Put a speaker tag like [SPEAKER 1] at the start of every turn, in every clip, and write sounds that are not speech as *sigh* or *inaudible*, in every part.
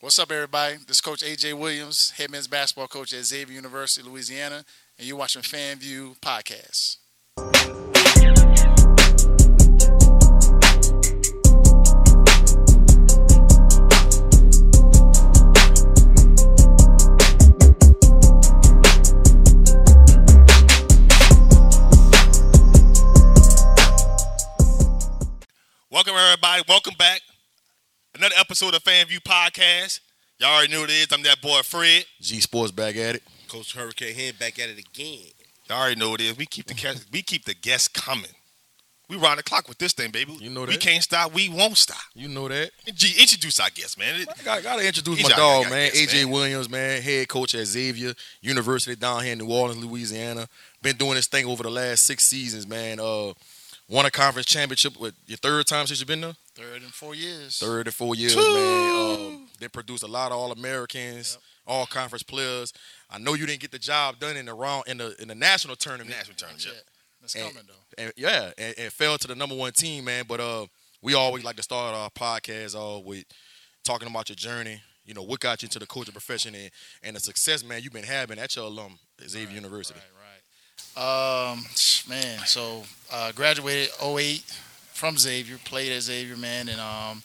[SPEAKER 1] What's up, everybody? This is Coach AJ Williams, head men's basketball coach at Xavier University, Louisiana, and you're watching FanView Podcast.
[SPEAKER 2] Welcome everybody. Welcome back. Another episode of Fan View Podcast. Y'all already knew what it is. I'm that boy Fred.
[SPEAKER 3] G Sports back at it.
[SPEAKER 4] Coach Hurricane Head back at it again.
[SPEAKER 2] Y'all already know what it is. We keep the guests, we keep the guests coming. We round the clock with this thing, baby.
[SPEAKER 3] You know
[SPEAKER 2] We
[SPEAKER 3] that.
[SPEAKER 2] can't stop. We won't stop.
[SPEAKER 3] You know that.
[SPEAKER 2] G, introduce our guests, man. It-
[SPEAKER 3] I gotta, gotta introduce
[SPEAKER 2] He's
[SPEAKER 3] my
[SPEAKER 2] out
[SPEAKER 3] dog,
[SPEAKER 2] here,
[SPEAKER 3] man.
[SPEAKER 2] I guess,
[SPEAKER 3] AJ
[SPEAKER 2] man.
[SPEAKER 3] Williams, man, head coach at Xavier University down here in New Orleans, Louisiana. Been doing this thing over the last six seasons, man. Uh, won a conference championship with your third time since you've been there.
[SPEAKER 1] Third and four years.
[SPEAKER 3] Third or four years, man. Um, they produced a lot of All Americans, All Conference players. I know you didn't get the job done in the round in the in the national tournament.
[SPEAKER 2] National
[SPEAKER 1] Yeah.
[SPEAKER 2] tournament.
[SPEAKER 1] That's
[SPEAKER 3] And-
[SPEAKER 1] coming, though.
[SPEAKER 3] and yeah, and, and fell to the number one team, man. But uh, we always like to start our podcast all with talking about your journey. You know, what got you into the coaching profession and, and the success, man, you've been having at your alum at Xavier University.
[SPEAKER 1] Right, right. Um, man, so uh, graduated 08 from Xavier, played at Xavier, man, and um,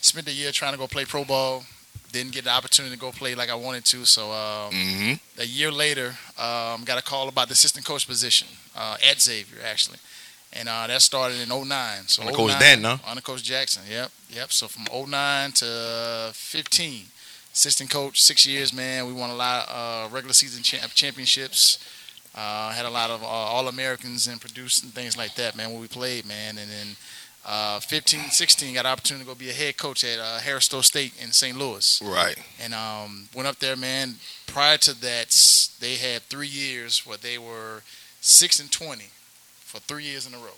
[SPEAKER 1] spent a year trying to go play pro ball. Didn't get the opportunity to go play like I wanted to, so um,
[SPEAKER 2] Mm-hmm.
[SPEAKER 1] a year later, um, got a call about the assistant coach position uh, at Xavier, actually. And uh, that started in 09. So
[SPEAKER 3] Under Coach
[SPEAKER 1] 09
[SPEAKER 3] Dan, no?
[SPEAKER 1] Under Coach Jackson, yep, yep. So from 09 to 15, assistant coach, six years, man. We won a lot of uh, regular season champ- championships. Uh, had a lot of uh, All Americans and produced and things like that, man, when we played, man. And then uh, 15, 16, got an opportunity to go be a head coach at uh, Harris Stowe State in St. Louis
[SPEAKER 2] Right.
[SPEAKER 1] and um, went up there, man. Prior to that, s- they had three years where they were six and twenty for three years in a row.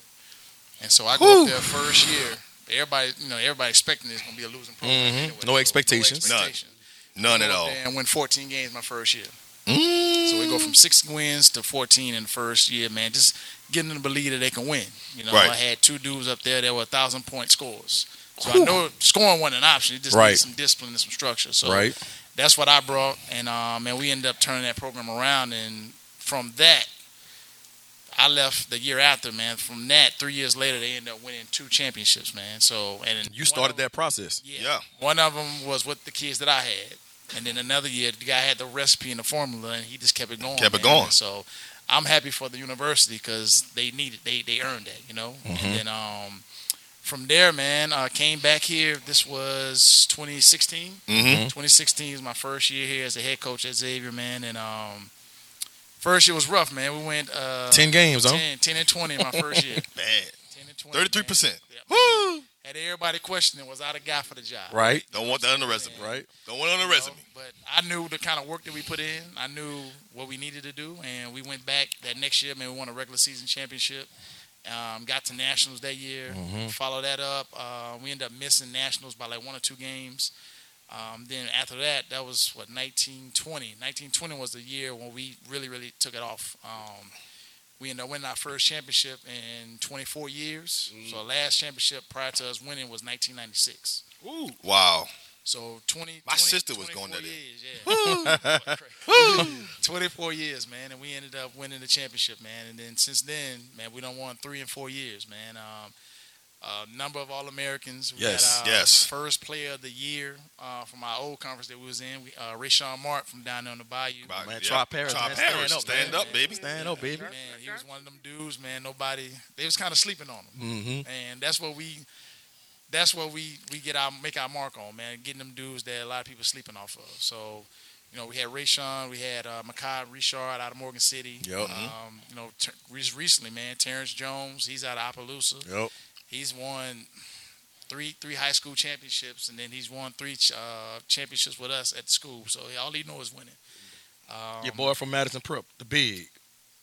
[SPEAKER 1] And so I go
[SPEAKER 2] Whew.
[SPEAKER 1] up there first year. Everybody, you know, everybody expecting it's gonna be a losing program.
[SPEAKER 3] Mhm.
[SPEAKER 1] anyway,
[SPEAKER 3] No expectations.
[SPEAKER 2] None.
[SPEAKER 1] expectation.
[SPEAKER 2] Mm-hmm. None at
[SPEAKER 1] Go up
[SPEAKER 2] all.
[SPEAKER 1] there And win 14 games my first year.
[SPEAKER 2] Mm.
[SPEAKER 1] So we go from six wins to 14 in the first year, man. Just getting them to believe that they can win. You know,
[SPEAKER 2] Right.
[SPEAKER 1] I had two dudes up there that were thousand point scores. So I know scoring wasn't an option. It just
[SPEAKER 3] Right.
[SPEAKER 1] needs some discipline and some structure. So that's what I brought, and um, and we ended up turning that program around. And from that, I left the year after, man. From that, three years later, they ended up winning two championships, man. So and
[SPEAKER 3] You started that process.
[SPEAKER 1] yeah,
[SPEAKER 2] Mm-hmm. Yeah.
[SPEAKER 1] One of them was with the kids that I had, and then another year, the guy had the recipe and the formula, and he just kept it going.
[SPEAKER 2] Kept it
[SPEAKER 1] man.
[SPEAKER 2] going.
[SPEAKER 1] So I'm happy for the university because they needed, they they earned that, you know. And then um, from there, man, I came back here. This was 2016.
[SPEAKER 2] Mm-hmm.
[SPEAKER 1] 2016 is my first year here as a head coach at Xavier, man. And um, first year was rough, man. We went uh,
[SPEAKER 3] 10 games, huh?
[SPEAKER 1] 10, 10 and 20 in my first
[SPEAKER 2] *laughs*
[SPEAKER 1] year. 10
[SPEAKER 2] Bad.
[SPEAKER 1] and 20. man.
[SPEAKER 2] Thirty-three percent.
[SPEAKER 1] Yeah.
[SPEAKER 2] Woo!
[SPEAKER 1] Had everybody questioning, was I the guy for the job?
[SPEAKER 3] Right,
[SPEAKER 2] Don't want that on the resume.
[SPEAKER 3] right.
[SPEAKER 2] Don't want it on the
[SPEAKER 1] You know,
[SPEAKER 2] resume.
[SPEAKER 1] But I knew the kind of work that we put in. I knew what we needed to do, and we went back that next year. Man, we won a regular season championship. Um, got to nationals that year. Followed that up. Uh, we ended up missing nationals by like one or two games. Um, then after that, that was what 1920. 1920 was the year when we really, really took it off. Um, we ended up winning our first championship in 24 years. So our last championship prior to us winning was 1996.
[SPEAKER 2] Wow.
[SPEAKER 1] So 20
[SPEAKER 2] My
[SPEAKER 1] 20
[SPEAKER 2] sister was going
[SPEAKER 1] 24
[SPEAKER 2] there.
[SPEAKER 1] years, yeah. *laughs* Crazy. 24 years, man, and we ended up winning the championship, man. And then since then, man, we don't won 3 and 4 years, man. Um a number of All Americans.
[SPEAKER 3] Yes,
[SPEAKER 1] got,
[SPEAKER 2] yes.
[SPEAKER 1] uh, First player of the year uh, from our old conference that we was in. We, uh, Rayshawn Mark from down there on the Bayou.
[SPEAKER 2] Bye.
[SPEAKER 3] Man,
[SPEAKER 2] Yeah.
[SPEAKER 3] try Paris,
[SPEAKER 2] Try
[SPEAKER 3] man. Stand
[SPEAKER 2] Paris.
[SPEAKER 3] up,
[SPEAKER 2] Stand
[SPEAKER 1] man.
[SPEAKER 2] up, baby.
[SPEAKER 3] Stand up, baby.
[SPEAKER 1] Man, he was one of them dudes, man. Nobody, they was kind of sleeping on him
[SPEAKER 3] Mm-hmm.
[SPEAKER 1] and that's what we that's what we we get our make our mark on man getting them dudes that a lot of people sleeping off of so you know we had Rayshon we had uh, Makai Richard out of Morgan City
[SPEAKER 3] Yup. Mm-hmm.
[SPEAKER 1] um, you know ter- re- recently man Terrence Jones he's out of Appaloosa
[SPEAKER 3] Yep.
[SPEAKER 1] he's won three three high school championships and then he's won three ch- uh, championships with us at the school so all he knows is winning um,
[SPEAKER 3] Your boy from Madison Prep, the big.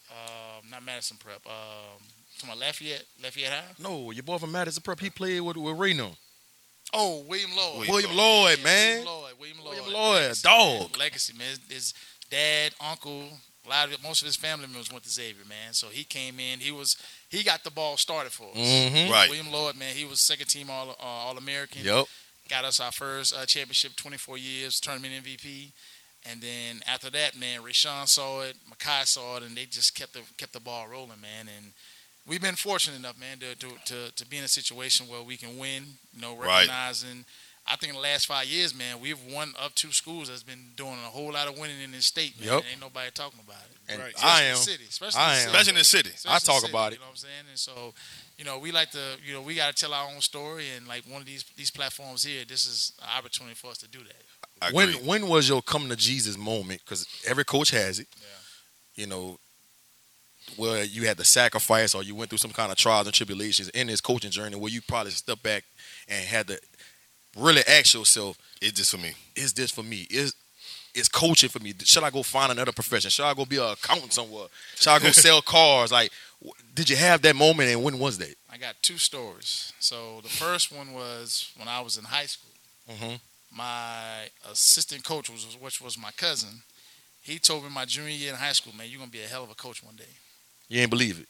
[SPEAKER 1] um, not Madison Prep um, to my Lafayette Lafayette High
[SPEAKER 3] No, your boy from Madison Prep, he played with, with Reno.
[SPEAKER 1] oh William Lloyd
[SPEAKER 2] William
[SPEAKER 3] William Lloyd,
[SPEAKER 1] Yeah,
[SPEAKER 3] man.
[SPEAKER 1] William Lloyd. William Lloyd.
[SPEAKER 3] William Lloyd,
[SPEAKER 1] Legacy,
[SPEAKER 3] dog.
[SPEAKER 1] man. Legacy, man. His, his dad, uncle, a lot of most of his family members went to Xavier, man. So he came in. He was he got the ball started for us.
[SPEAKER 3] Mm-hmm.
[SPEAKER 2] Right.
[SPEAKER 1] William Lloyd, man, he was second team All uh, All American.
[SPEAKER 3] Yep.
[SPEAKER 1] got us our first uh, championship, 24 years, tournament MVP. And then after that, man, Rashawn saw it, Makai saw it, and they just kept the kept the ball rolling, man. And we've been fortunate enough, man, to to, to, to be in a situation where we can win. You know,
[SPEAKER 2] Right.
[SPEAKER 1] recognizing. I think in the last five years, man, we've won up two schools that's been doing a whole lot of winning in this state, man.
[SPEAKER 3] Yup.
[SPEAKER 1] and Ain't nobody talking about it.
[SPEAKER 3] And
[SPEAKER 4] Right.
[SPEAKER 3] I
[SPEAKER 1] Especially
[SPEAKER 3] am.
[SPEAKER 1] the city, especially
[SPEAKER 3] I
[SPEAKER 1] the
[SPEAKER 3] am.
[SPEAKER 1] city.
[SPEAKER 2] Especially in the city.
[SPEAKER 1] Especially
[SPEAKER 3] I
[SPEAKER 1] the
[SPEAKER 3] talk
[SPEAKER 1] city,
[SPEAKER 3] about it.
[SPEAKER 1] You know what I'm saying? And so, you know, we like to, you know, we got to tell our own story, and like one of these these platforms here, this is an opportunity for us to do that.
[SPEAKER 2] I
[SPEAKER 3] when
[SPEAKER 2] agree.
[SPEAKER 3] when was your come to Jesus moment? Because every coach has it. You know, where you had to sacrifice or you went through some kind of trials and tribulations in this coaching journey where you probably stepped back and had to really ask yourself,
[SPEAKER 2] It's just for me.
[SPEAKER 3] is this for me? Is is coaching for me? Should I go find another profession? Should I go be an accountant somewhere? Should I go sell cars? Like, w- did you have that moment and when was that?
[SPEAKER 1] I got two stories. So the first one was when I was in high school.
[SPEAKER 3] Mhm.
[SPEAKER 1] My assistant coach was, which was my cousin. He told me my junior year in high school, man, you're gonna be a hell of a coach one day.
[SPEAKER 3] You ain't believe it.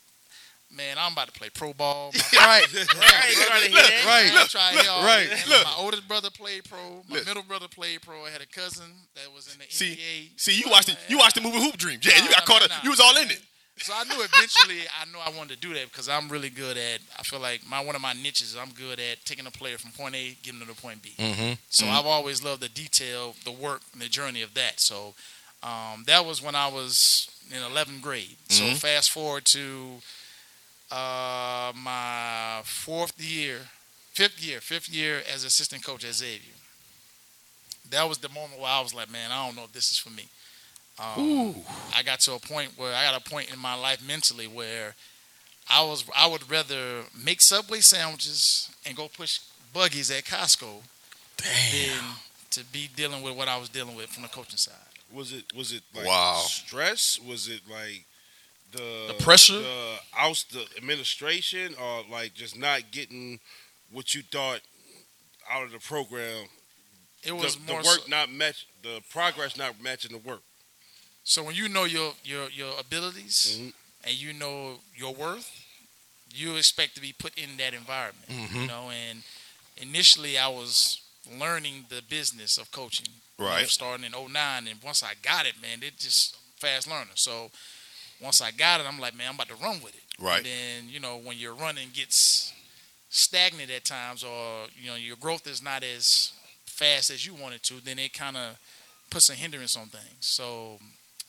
[SPEAKER 1] Man, I'm about to play pro ball. My
[SPEAKER 3] *laughs* right.
[SPEAKER 1] Right.
[SPEAKER 3] *laughs* Right.
[SPEAKER 1] Look, look,
[SPEAKER 3] right,
[SPEAKER 2] look.
[SPEAKER 1] My oldest brother played pro. My
[SPEAKER 2] Look.
[SPEAKER 1] middle brother played pro. I had a cousin that was in the
[SPEAKER 2] See,
[SPEAKER 1] NBA.
[SPEAKER 2] See, you watched the, you watched the movie Hoop Dreams. Yeah, you
[SPEAKER 1] Nah,
[SPEAKER 2] got caught
[SPEAKER 1] nah,
[SPEAKER 2] up.
[SPEAKER 1] nah.
[SPEAKER 2] You was all in it.
[SPEAKER 1] So I knew eventually I knew I wanted to do that because I'm really good at I feel like my one of my niches is I'm good at taking a player from point A, getting them to point B.
[SPEAKER 3] Mm-hmm.
[SPEAKER 1] So I've always loved the detail, the work, and the journey of that. So um, that was when I was in 11th grade.
[SPEAKER 3] Mm-hmm.
[SPEAKER 1] So fast forward to uh, my fourth year, fifth year, fifth year as assistant coach at Xavier. That was the moment where I was like, man, I don't know if this is for me. Um, I got to a point where I got a point in my life mentally where I was I would rather make Subway sandwiches and go push buggies at Costco than to be dealing with what I was dealing with from the coaching side.
[SPEAKER 4] Was it was it like
[SPEAKER 2] Wow.
[SPEAKER 4] stress? Was it like the
[SPEAKER 3] The pressure?
[SPEAKER 4] the oust the administration, or like just not getting what you thought out of the program?
[SPEAKER 1] It
[SPEAKER 4] The,
[SPEAKER 1] was
[SPEAKER 4] the
[SPEAKER 1] more
[SPEAKER 4] work
[SPEAKER 1] so,
[SPEAKER 4] not match the progress not matching the work.
[SPEAKER 1] so when you know your your your abilities
[SPEAKER 4] Mhm.
[SPEAKER 1] and you know your worth, you expect to be put in that environment,
[SPEAKER 3] Mm-hmm.
[SPEAKER 4] Mm-hmm.
[SPEAKER 1] you know. And initially, I was learning the business of coaching, you know,
[SPEAKER 2] Right.
[SPEAKER 1] starting in 09, and once I got it, man, it just fast learner. So once I got it, I'm like, man, I'm about to run with it.
[SPEAKER 2] Right.
[SPEAKER 1] And then you know when your running gets stagnant at times, or you know your growth is not as fast as you want it to, then it kind of puts a hindrance on things. So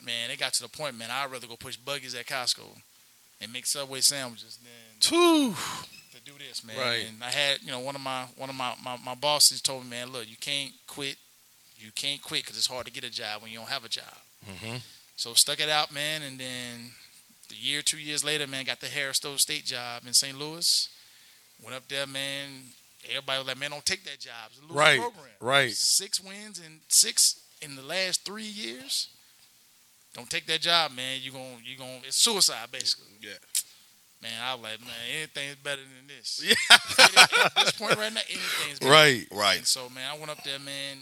[SPEAKER 1] man, it got to the point, man. I'd rather go push buggies at Costco and make Subway sandwiches than to do this, man.
[SPEAKER 3] Right.
[SPEAKER 1] And I had you know one of my one of my, my my bosses told me, man, look, you can't quit, you can't quit because it's hard to get a job when you don't have a job.
[SPEAKER 3] Mhm.
[SPEAKER 1] So stuck it out, man, and then the year, two years later, man, got the Harris Stowe State job in St. Louis. Went up there, man. Everybody was like, man, don't take that job. It's a losing
[SPEAKER 3] Right,
[SPEAKER 1] program.
[SPEAKER 3] right.
[SPEAKER 1] Six wins and six in the last three years. Don't take that job, man. You're going to, you're going to, it's suicide, basically.
[SPEAKER 4] Yeah.
[SPEAKER 1] Man, I was like, man, anything's better than this. Yeah. *laughs* At this point right now, anything's better.
[SPEAKER 3] Right.
[SPEAKER 2] Right.
[SPEAKER 1] And so, man, I went up there, man,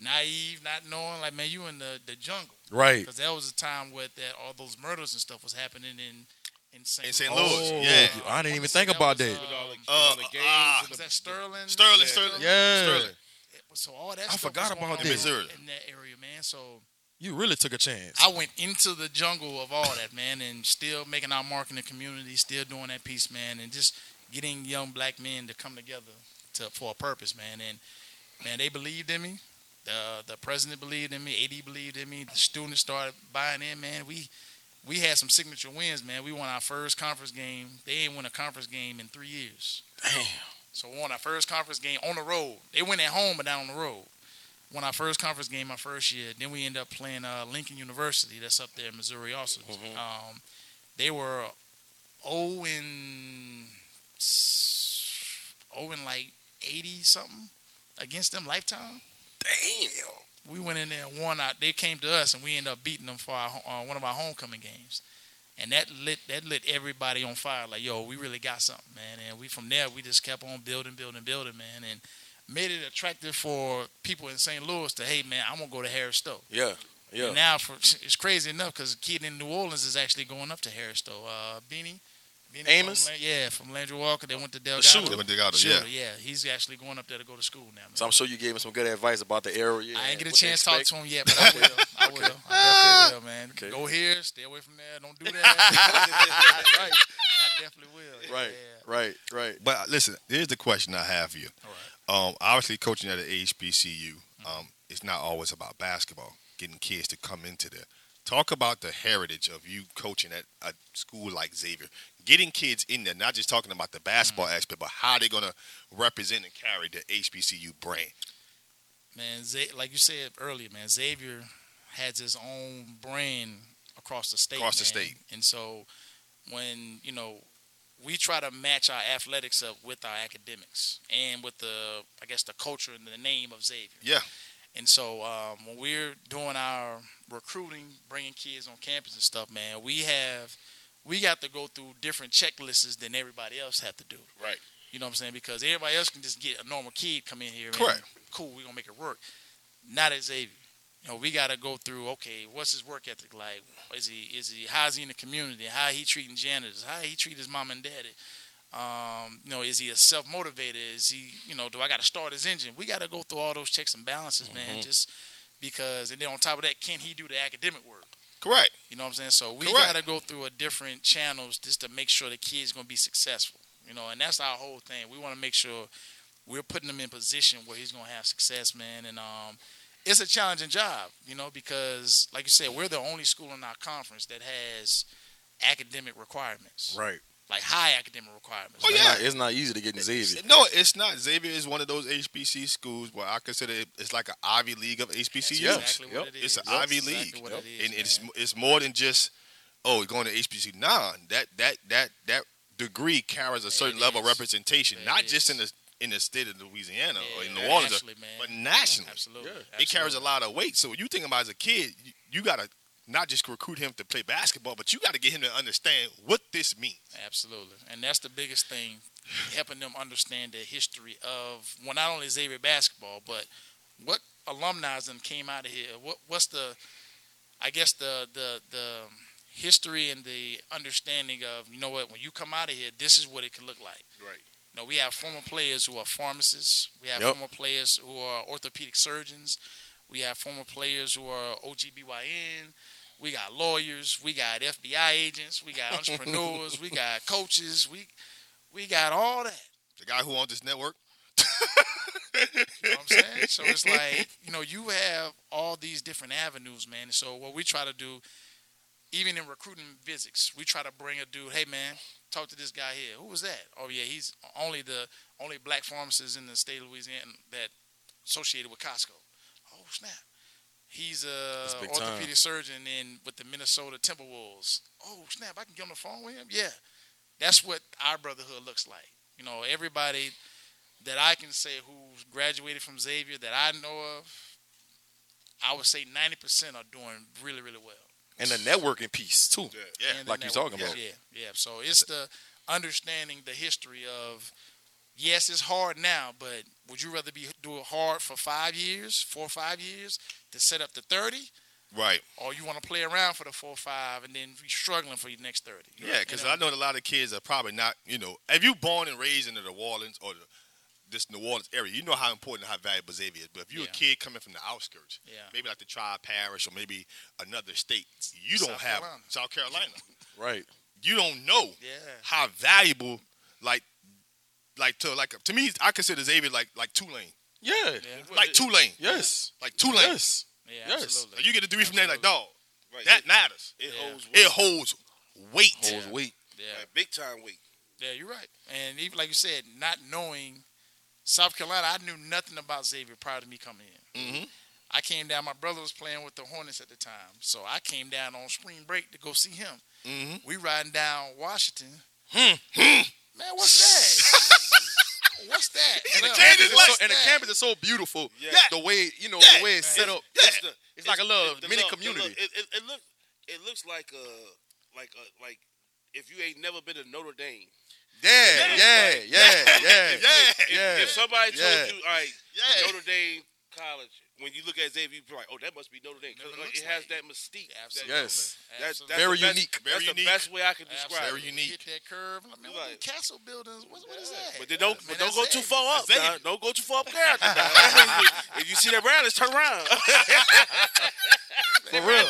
[SPEAKER 1] naive, not knowing, like, man, you in the, the jungle.
[SPEAKER 3] Right.
[SPEAKER 1] Because that was a time where that all those murders and stuff was happening in in St.
[SPEAKER 2] In St.
[SPEAKER 3] Louis,
[SPEAKER 1] Uh,
[SPEAKER 2] yeah.
[SPEAKER 3] Oh, I didn't even
[SPEAKER 1] wanna say
[SPEAKER 3] think about
[SPEAKER 1] was,
[SPEAKER 3] that.
[SPEAKER 4] With all the,
[SPEAKER 1] um,
[SPEAKER 4] with all the
[SPEAKER 2] uh,
[SPEAKER 4] games
[SPEAKER 2] ah.
[SPEAKER 4] and
[SPEAKER 1] was
[SPEAKER 4] the-
[SPEAKER 1] that Sterling?
[SPEAKER 2] Sterling,
[SPEAKER 4] Yeah.
[SPEAKER 2] Sterling.
[SPEAKER 3] Yeah.
[SPEAKER 2] Sterling.
[SPEAKER 1] So all that.
[SPEAKER 3] I
[SPEAKER 1] stuff
[SPEAKER 3] forgot
[SPEAKER 1] was going
[SPEAKER 3] about
[SPEAKER 1] on
[SPEAKER 2] that. Missouri.
[SPEAKER 1] in that area, man. So
[SPEAKER 3] You really took a chance.
[SPEAKER 1] I went into the jungle of all that, man, and still making our mark in the community, still doing that piece, man, and just getting young black men to come together to for a purpose, man. And man, they believed in me. The the president believed in me. AD believed in me. The students started buying in, man. We we had some signature wins, man. We won our first conference game. They ain't won a conference game in three years.
[SPEAKER 3] Damn.
[SPEAKER 1] So we won our first conference game on the road. They went at home, but not on the road. Won our first conference game my first year. Then we end up playing uh, Lincoln University, that's up there in Missouri also. Um, they were 0 and s- 0 and like 80 something against them lifetime. Damn. We went in there and won out. They came to us and we ended up beating them for our, ho- uh, one of our homecoming games. And that lit that lit everybody on fire. Like, yo, we really got something, man. And we from there we just kept on building, building, building, man, and made it attractive for people in St. Louis to, hey, man, I'm gonna go to Harris Stowe.
[SPEAKER 3] Yeah.
[SPEAKER 1] And *laughs* now for, it's crazy enough because a kid in New Orleans is actually going up to Harris Stowe. Uh, Beanie Vinny from
[SPEAKER 3] Amos?
[SPEAKER 1] Lan- yeah, from Landry Walker. They went to
[SPEAKER 3] Oh,
[SPEAKER 1] Delgado.
[SPEAKER 2] shooter. They went to Delgado,
[SPEAKER 1] Shooter,
[SPEAKER 2] yeah.
[SPEAKER 1] yeah. He's actually going up there to go to school now. Man.
[SPEAKER 3] So I'm sure you gave him some good advice about the area.
[SPEAKER 1] I ain't
[SPEAKER 3] and
[SPEAKER 1] get a
[SPEAKER 3] what to
[SPEAKER 1] chance to talk
[SPEAKER 3] expect.
[SPEAKER 1] to him yet, but I will. I
[SPEAKER 3] *laughs*
[SPEAKER 1] will. I definitely will, man.
[SPEAKER 3] Okay.
[SPEAKER 1] Go here, stay away from there. Don't do
[SPEAKER 3] *laughs*
[SPEAKER 1] that. right. I definitely will.
[SPEAKER 3] Right,
[SPEAKER 1] Yeah.
[SPEAKER 3] right, right.
[SPEAKER 2] But uh, listen, here's the question I have for you.
[SPEAKER 1] All right.
[SPEAKER 2] Um, obviously, coaching at an HBCU, um, it's not always about basketball. Getting kids to come into there. Talk about the heritage of you coaching at a school like Xavier. Getting kids in there, not just talking about the basketball aspect, but how they're gonna represent and carry the HBCU brand.
[SPEAKER 1] man, Za- like you said earlier, man, Xavier has his own brand across the state.
[SPEAKER 2] Across the
[SPEAKER 1] man.
[SPEAKER 2] state.
[SPEAKER 1] and so when you know we try to match our athletics up with our academics and with the, I guess, the culture and the name of Xavier.
[SPEAKER 2] Yeah.
[SPEAKER 1] And so um, when we're doing our recruiting, bringing kids on campus and stuff, man, we have we got to go through different checklists than everybody else have to do.
[SPEAKER 2] Right.
[SPEAKER 1] You know what I'm saying? Because everybody else can just get a normal kid come in here. and,
[SPEAKER 2] Correct.
[SPEAKER 1] cool, we're gonna make it work. Not at Xavier. You know, we gotta go through. Okay, what's his work ethic like? Is he is he how's he in the community? How he treating janitors? How he treat his mom and daddy? Um, you know, is he a self motivator? Is he you know? Do I gotta start his engine? We gotta go through all those checks and balances,
[SPEAKER 2] Mm-hmm.
[SPEAKER 1] man. Just because, and then on top of that, can he do the academic work?
[SPEAKER 2] Correct.
[SPEAKER 1] You know what I'm saying? So we
[SPEAKER 2] Correct.
[SPEAKER 1] gotta go through a different channels just to make sure the kid's gonna be successful. You know, and that's our whole thing. We wanna make sure we're putting him in position where he's gonna have success, man. And um it's a challenging job, you know, because like you said, we're the only school in our conference that has academic requirements.
[SPEAKER 3] Right.
[SPEAKER 1] Like high academic requirements.
[SPEAKER 2] Oh,
[SPEAKER 1] Like,
[SPEAKER 3] It's
[SPEAKER 2] yeah.
[SPEAKER 3] not- it's not easy to get in Xavier.
[SPEAKER 2] No, it's not. Xavier is one of those HBC schools where I consider it, it's like an Ivy League of
[SPEAKER 1] that's
[SPEAKER 2] HBCUs.
[SPEAKER 3] Yes.
[SPEAKER 1] exactly
[SPEAKER 3] Yep.
[SPEAKER 1] what it is.
[SPEAKER 2] It's an
[SPEAKER 1] That's
[SPEAKER 2] Ivy
[SPEAKER 1] exactly
[SPEAKER 2] League,
[SPEAKER 1] what
[SPEAKER 3] Yep.
[SPEAKER 1] it is,
[SPEAKER 2] and it's
[SPEAKER 1] man.
[SPEAKER 2] it's more than just oh going to HBCU. Nah, that that that that degree carries a certain
[SPEAKER 1] It
[SPEAKER 2] level of
[SPEAKER 1] is.
[SPEAKER 2] representation,
[SPEAKER 1] It
[SPEAKER 2] not just
[SPEAKER 1] is.
[SPEAKER 2] in the in the state of Louisiana or in
[SPEAKER 1] Yeah,
[SPEAKER 2] New Orleans,
[SPEAKER 1] nationally, man.
[SPEAKER 2] but nationally.
[SPEAKER 1] Absolutely.
[SPEAKER 2] It carries a
[SPEAKER 1] absolutely.
[SPEAKER 2] lot of weight. So when you think about as a kid, you, you gotta not just recruit him to play basketball, but you gotta get him to understand what this means.
[SPEAKER 1] Absolutely. And that's the biggest thing, helping them understand the history of well not only Xavier basketball, but what alumni them came out of here. What what's the I guess the the the history and the understanding of, you know what, when you come out of here, this is what it could look like.
[SPEAKER 2] Right.
[SPEAKER 1] You know, we have former players who are pharmacists, we have
[SPEAKER 3] Yep.
[SPEAKER 1] former players who are orthopedic surgeons, we have former players who are OGBYN, we got lawyers, we got FBI agents, we got entrepreneurs, we got coaches, we we got all that.
[SPEAKER 2] The guy who owns this network.
[SPEAKER 1] You know what I'm saying? so it's like, you know, you have all these different avenues, man. And so what we try to do, even in recruiting visits, we try to bring a dude, hey man, talk to this guy here. Who was that? Oh yeah, he's only the only black pharmacist in the state of Louisiana that associated with Costco. Oh snap. He's
[SPEAKER 3] That's
[SPEAKER 1] a
[SPEAKER 3] big time.
[SPEAKER 1] orthopedic surgeon in with the Minnesota Timberwolves. Oh snap, I can get on the phone with him? Yeah. That's what our brotherhood looks like. You know, everybody that I can say who's graduated from Xavier that I know of, I would say 90% are doing really, really well.
[SPEAKER 3] And the networking piece too.
[SPEAKER 2] Yeah.
[SPEAKER 1] And the
[SPEAKER 3] like you
[SPEAKER 1] network-
[SPEAKER 3] talking about.
[SPEAKER 1] Yeah, yeah. So it's the understanding the history of, yes, it's hard now, but would you rather be do it hard for five years, four or five years, to set up to 30,
[SPEAKER 2] Right.
[SPEAKER 1] or you want to play around for the four or five and then be struggling for your next 30?
[SPEAKER 2] Yeah, because I know a lot of kids are probably not, you know, if you born and raised in the New Orleans or the, this New Orleans area, you know how important and how valuable Xavier is. But if you're
[SPEAKER 1] Yeah.
[SPEAKER 2] a kid coming from the outskirts,
[SPEAKER 1] Yeah.
[SPEAKER 2] maybe like the Tri Parish or maybe another state, you don't
[SPEAKER 1] South
[SPEAKER 2] have
[SPEAKER 1] Carolina.
[SPEAKER 2] South Carolina.
[SPEAKER 3] Right.
[SPEAKER 2] You don't know
[SPEAKER 1] Yeah.
[SPEAKER 2] how valuable, like, like to like to me, I consider Xavier like like Tulane,
[SPEAKER 3] Yeah.
[SPEAKER 1] Yeah.
[SPEAKER 2] like Tulane,
[SPEAKER 3] Yes.
[SPEAKER 2] like Tulane.
[SPEAKER 3] Yes.
[SPEAKER 1] Yeah,
[SPEAKER 3] Yes.
[SPEAKER 1] absolutely.
[SPEAKER 2] Like, you get a degree from there, like dog.
[SPEAKER 4] Like,
[SPEAKER 2] That matters.
[SPEAKER 4] it, it
[SPEAKER 1] Yeah.
[SPEAKER 4] holds weight,
[SPEAKER 2] It holds weight.
[SPEAKER 3] Holds
[SPEAKER 1] Yeah.
[SPEAKER 3] weight.
[SPEAKER 1] yeah.
[SPEAKER 4] like, big time weight.
[SPEAKER 1] Yeah, you're right. And even like you said, not knowing South Carolina, I knew nothing about Xavier prior to me coming in.
[SPEAKER 4] Mm-hmm.
[SPEAKER 2] Mhm.
[SPEAKER 1] I came down. My brother was playing with the Hornets at the time, so I came down on spring break to go see him.
[SPEAKER 3] mm-hmm.
[SPEAKER 2] Mhm.
[SPEAKER 1] We riding down Washington.
[SPEAKER 4] Hmm,
[SPEAKER 1] Man, what's that?
[SPEAKER 4] *laughs*
[SPEAKER 1] what's that?
[SPEAKER 2] And the
[SPEAKER 1] Look,
[SPEAKER 2] campus is
[SPEAKER 1] what's
[SPEAKER 2] so-
[SPEAKER 3] and the
[SPEAKER 1] that?
[SPEAKER 3] campus is so beautiful.
[SPEAKER 4] Yeah.
[SPEAKER 3] The way you know
[SPEAKER 2] Yeah.
[SPEAKER 3] the way it's set up.
[SPEAKER 4] It's, the-
[SPEAKER 3] It's like a little
[SPEAKER 4] the
[SPEAKER 3] mini
[SPEAKER 4] look, the
[SPEAKER 3] community.
[SPEAKER 4] look. It, it, it look it looks like a like a like if you ain't never been to Notre Dame.
[SPEAKER 3] Yeah. Yeah. Yeah. Yeah.
[SPEAKER 2] Yeah.
[SPEAKER 4] If somebody
[SPEAKER 3] Yeah.
[SPEAKER 4] told you, all right,
[SPEAKER 2] Yeah.
[SPEAKER 4] Notre Dame College when you look at Xavier, you be like, oh, that must be Notre Dame. 'Cause,
[SPEAKER 1] Never
[SPEAKER 4] like,
[SPEAKER 1] looks
[SPEAKER 4] it has
[SPEAKER 1] like
[SPEAKER 4] that mystique. that-
[SPEAKER 1] Absolutely.
[SPEAKER 3] Yes.
[SPEAKER 4] That's, that's
[SPEAKER 1] Absolutely.
[SPEAKER 3] Very
[SPEAKER 4] the best,
[SPEAKER 3] unique.
[SPEAKER 2] Very
[SPEAKER 4] that's
[SPEAKER 2] unique.
[SPEAKER 4] the best way I could describe.
[SPEAKER 1] Absolutely.
[SPEAKER 2] Very
[SPEAKER 4] it.
[SPEAKER 1] You
[SPEAKER 2] unique.
[SPEAKER 1] Hit that curve. I'm like, man, what
[SPEAKER 4] Right.
[SPEAKER 1] these castle buildings? What, what is that?
[SPEAKER 4] But then don't,
[SPEAKER 1] Man,
[SPEAKER 4] but don't
[SPEAKER 1] that's
[SPEAKER 4] go too
[SPEAKER 1] Xavier.
[SPEAKER 4] far up.
[SPEAKER 2] That's
[SPEAKER 4] Now.
[SPEAKER 2] Xavier.
[SPEAKER 4] Don't go too far *laughs* up character. now. if you see that round, let's turn around.
[SPEAKER 3] For
[SPEAKER 4] *laughs*
[SPEAKER 3] real.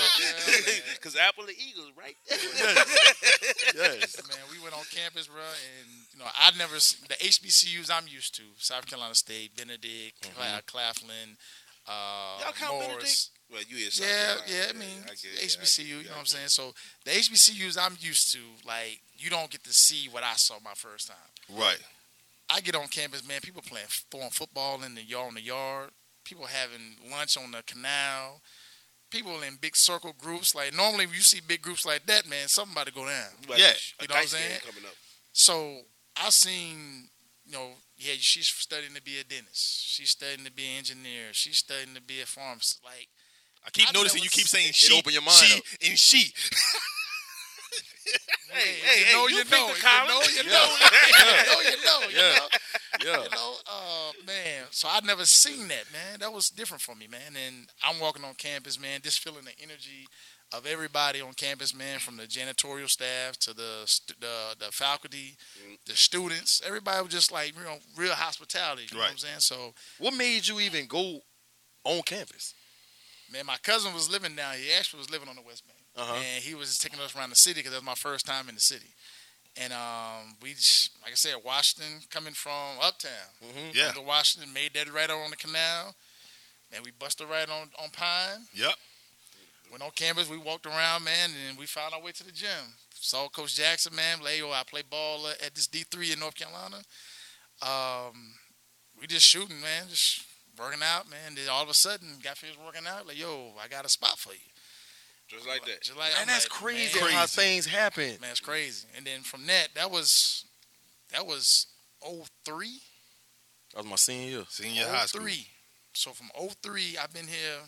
[SPEAKER 4] Because Apple and Eagles, right? There.
[SPEAKER 3] Yes.
[SPEAKER 1] man, we went on campus, bro, and you know I never s- the HBCUs I'm used to: South Carolina State, Benedict, Cla- Claflin, uh,
[SPEAKER 4] Y'all count
[SPEAKER 1] Morris.
[SPEAKER 4] Well, you is.
[SPEAKER 1] Yeah, yeah. I mean, HBCU. you know what I'm saying? So the HBCUs I'm used to, like you don't get to see what I saw my first time.
[SPEAKER 2] *laughs* Right.
[SPEAKER 1] I get on campus, man. People playing f- throwing football in the yard, in the yard. People having lunch on the canal. People in big circle groups. Like normally, if you see big groups like that, man, something about to go down.
[SPEAKER 4] Like,
[SPEAKER 2] Yeah.
[SPEAKER 4] a
[SPEAKER 1] You know what I'm
[SPEAKER 4] dice game
[SPEAKER 1] saying?
[SPEAKER 4] Coming up.
[SPEAKER 1] So I seen, you know, yeah, she's studying to be a dentist. She's studying to be an engineer. She's studying to be a pharmacist. Like,
[SPEAKER 2] I keep
[SPEAKER 1] I know
[SPEAKER 2] noticing you
[SPEAKER 1] it's-
[SPEAKER 2] keep saying
[SPEAKER 1] it
[SPEAKER 2] she,
[SPEAKER 3] open your mind
[SPEAKER 2] she,
[SPEAKER 3] up.
[SPEAKER 2] and she.
[SPEAKER 1] hey,
[SPEAKER 4] hey,
[SPEAKER 1] if
[SPEAKER 4] hey,
[SPEAKER 1] you know,
[SPEAKER 4] you
[SPEAKER 1] you,
[SPEAKER 4] picked
[SPEAKER 1] know.
[SPEAKER 4] the
[SPEAKER 1] If
[SPEAKER 4] column.
[SPEAKER 1] you know, you
[SPEAKER 2] *laughs*
[SPEAKER 1] know. If you know, you know. You
[SPEAKER 3] Yeah.
[SPEAKER 1] know.
[SPEAKER 3] Yeah.
[SPEAKER 1] You know, uh, man. So I'd never seen that, man. That was different for me, man. And I'm walking on campus, man, just feeling the energy of everybody on campus, man, from the janitorial staff to the st- the, the faculty, the students. Everybody was just like, you know, real hospitality. You know what I'm
[SPEAKER 2] Right.
[SPEAKER 1] saying? So,
[SPEAKER 3] What made you even go on campus?
[SPEAKER 1] man, my cousin was living down. He actually was living on the West Bank.
[SPEAKER 3] Uh-huh.
[SPEAKER 1] and he was taking us around the city because that was my first time in the city. And um, we, just, like I said, Washington coming from uptown.
[SPEAKER 3] Mhm.
[SPEAKER 2] Yeah.
[SPEAKER 1] Come to Washington made that right on the canal. Man, we busted right on on Pine.
[SPEAKER 2] Yep.
[SPEAKER 1] Went on campus. We walked around, man, and we found our way to the gym. Saw Coach Jackson, man. Like, yo, I play ball at this D three in North Carolina. Um, we just shooting, man. Just working out, man. Then all of a sudden, got finished working out. Like, yo, I got a spot for you.
[SPEAKER 4] Just like that.
[SPEAKER 1] Just like,
[SPEAKER 3] Man,
[SPEAKER 1] I'm
[SPEAKER 3] that's
[SPEAKER 1] like,
[SPEAKER 3] crazy,
[SPEAKER 1] man.
[SPEAKER 3] how things happen.
[SPEAKER 1] Man, it's crazy. And then from that, that was that was 03?
[SPEAKER 3] That was my senior year.
[SPEAKER 2] Senior high school.
[SPEAKER 1] 03. So from 03, I've been here.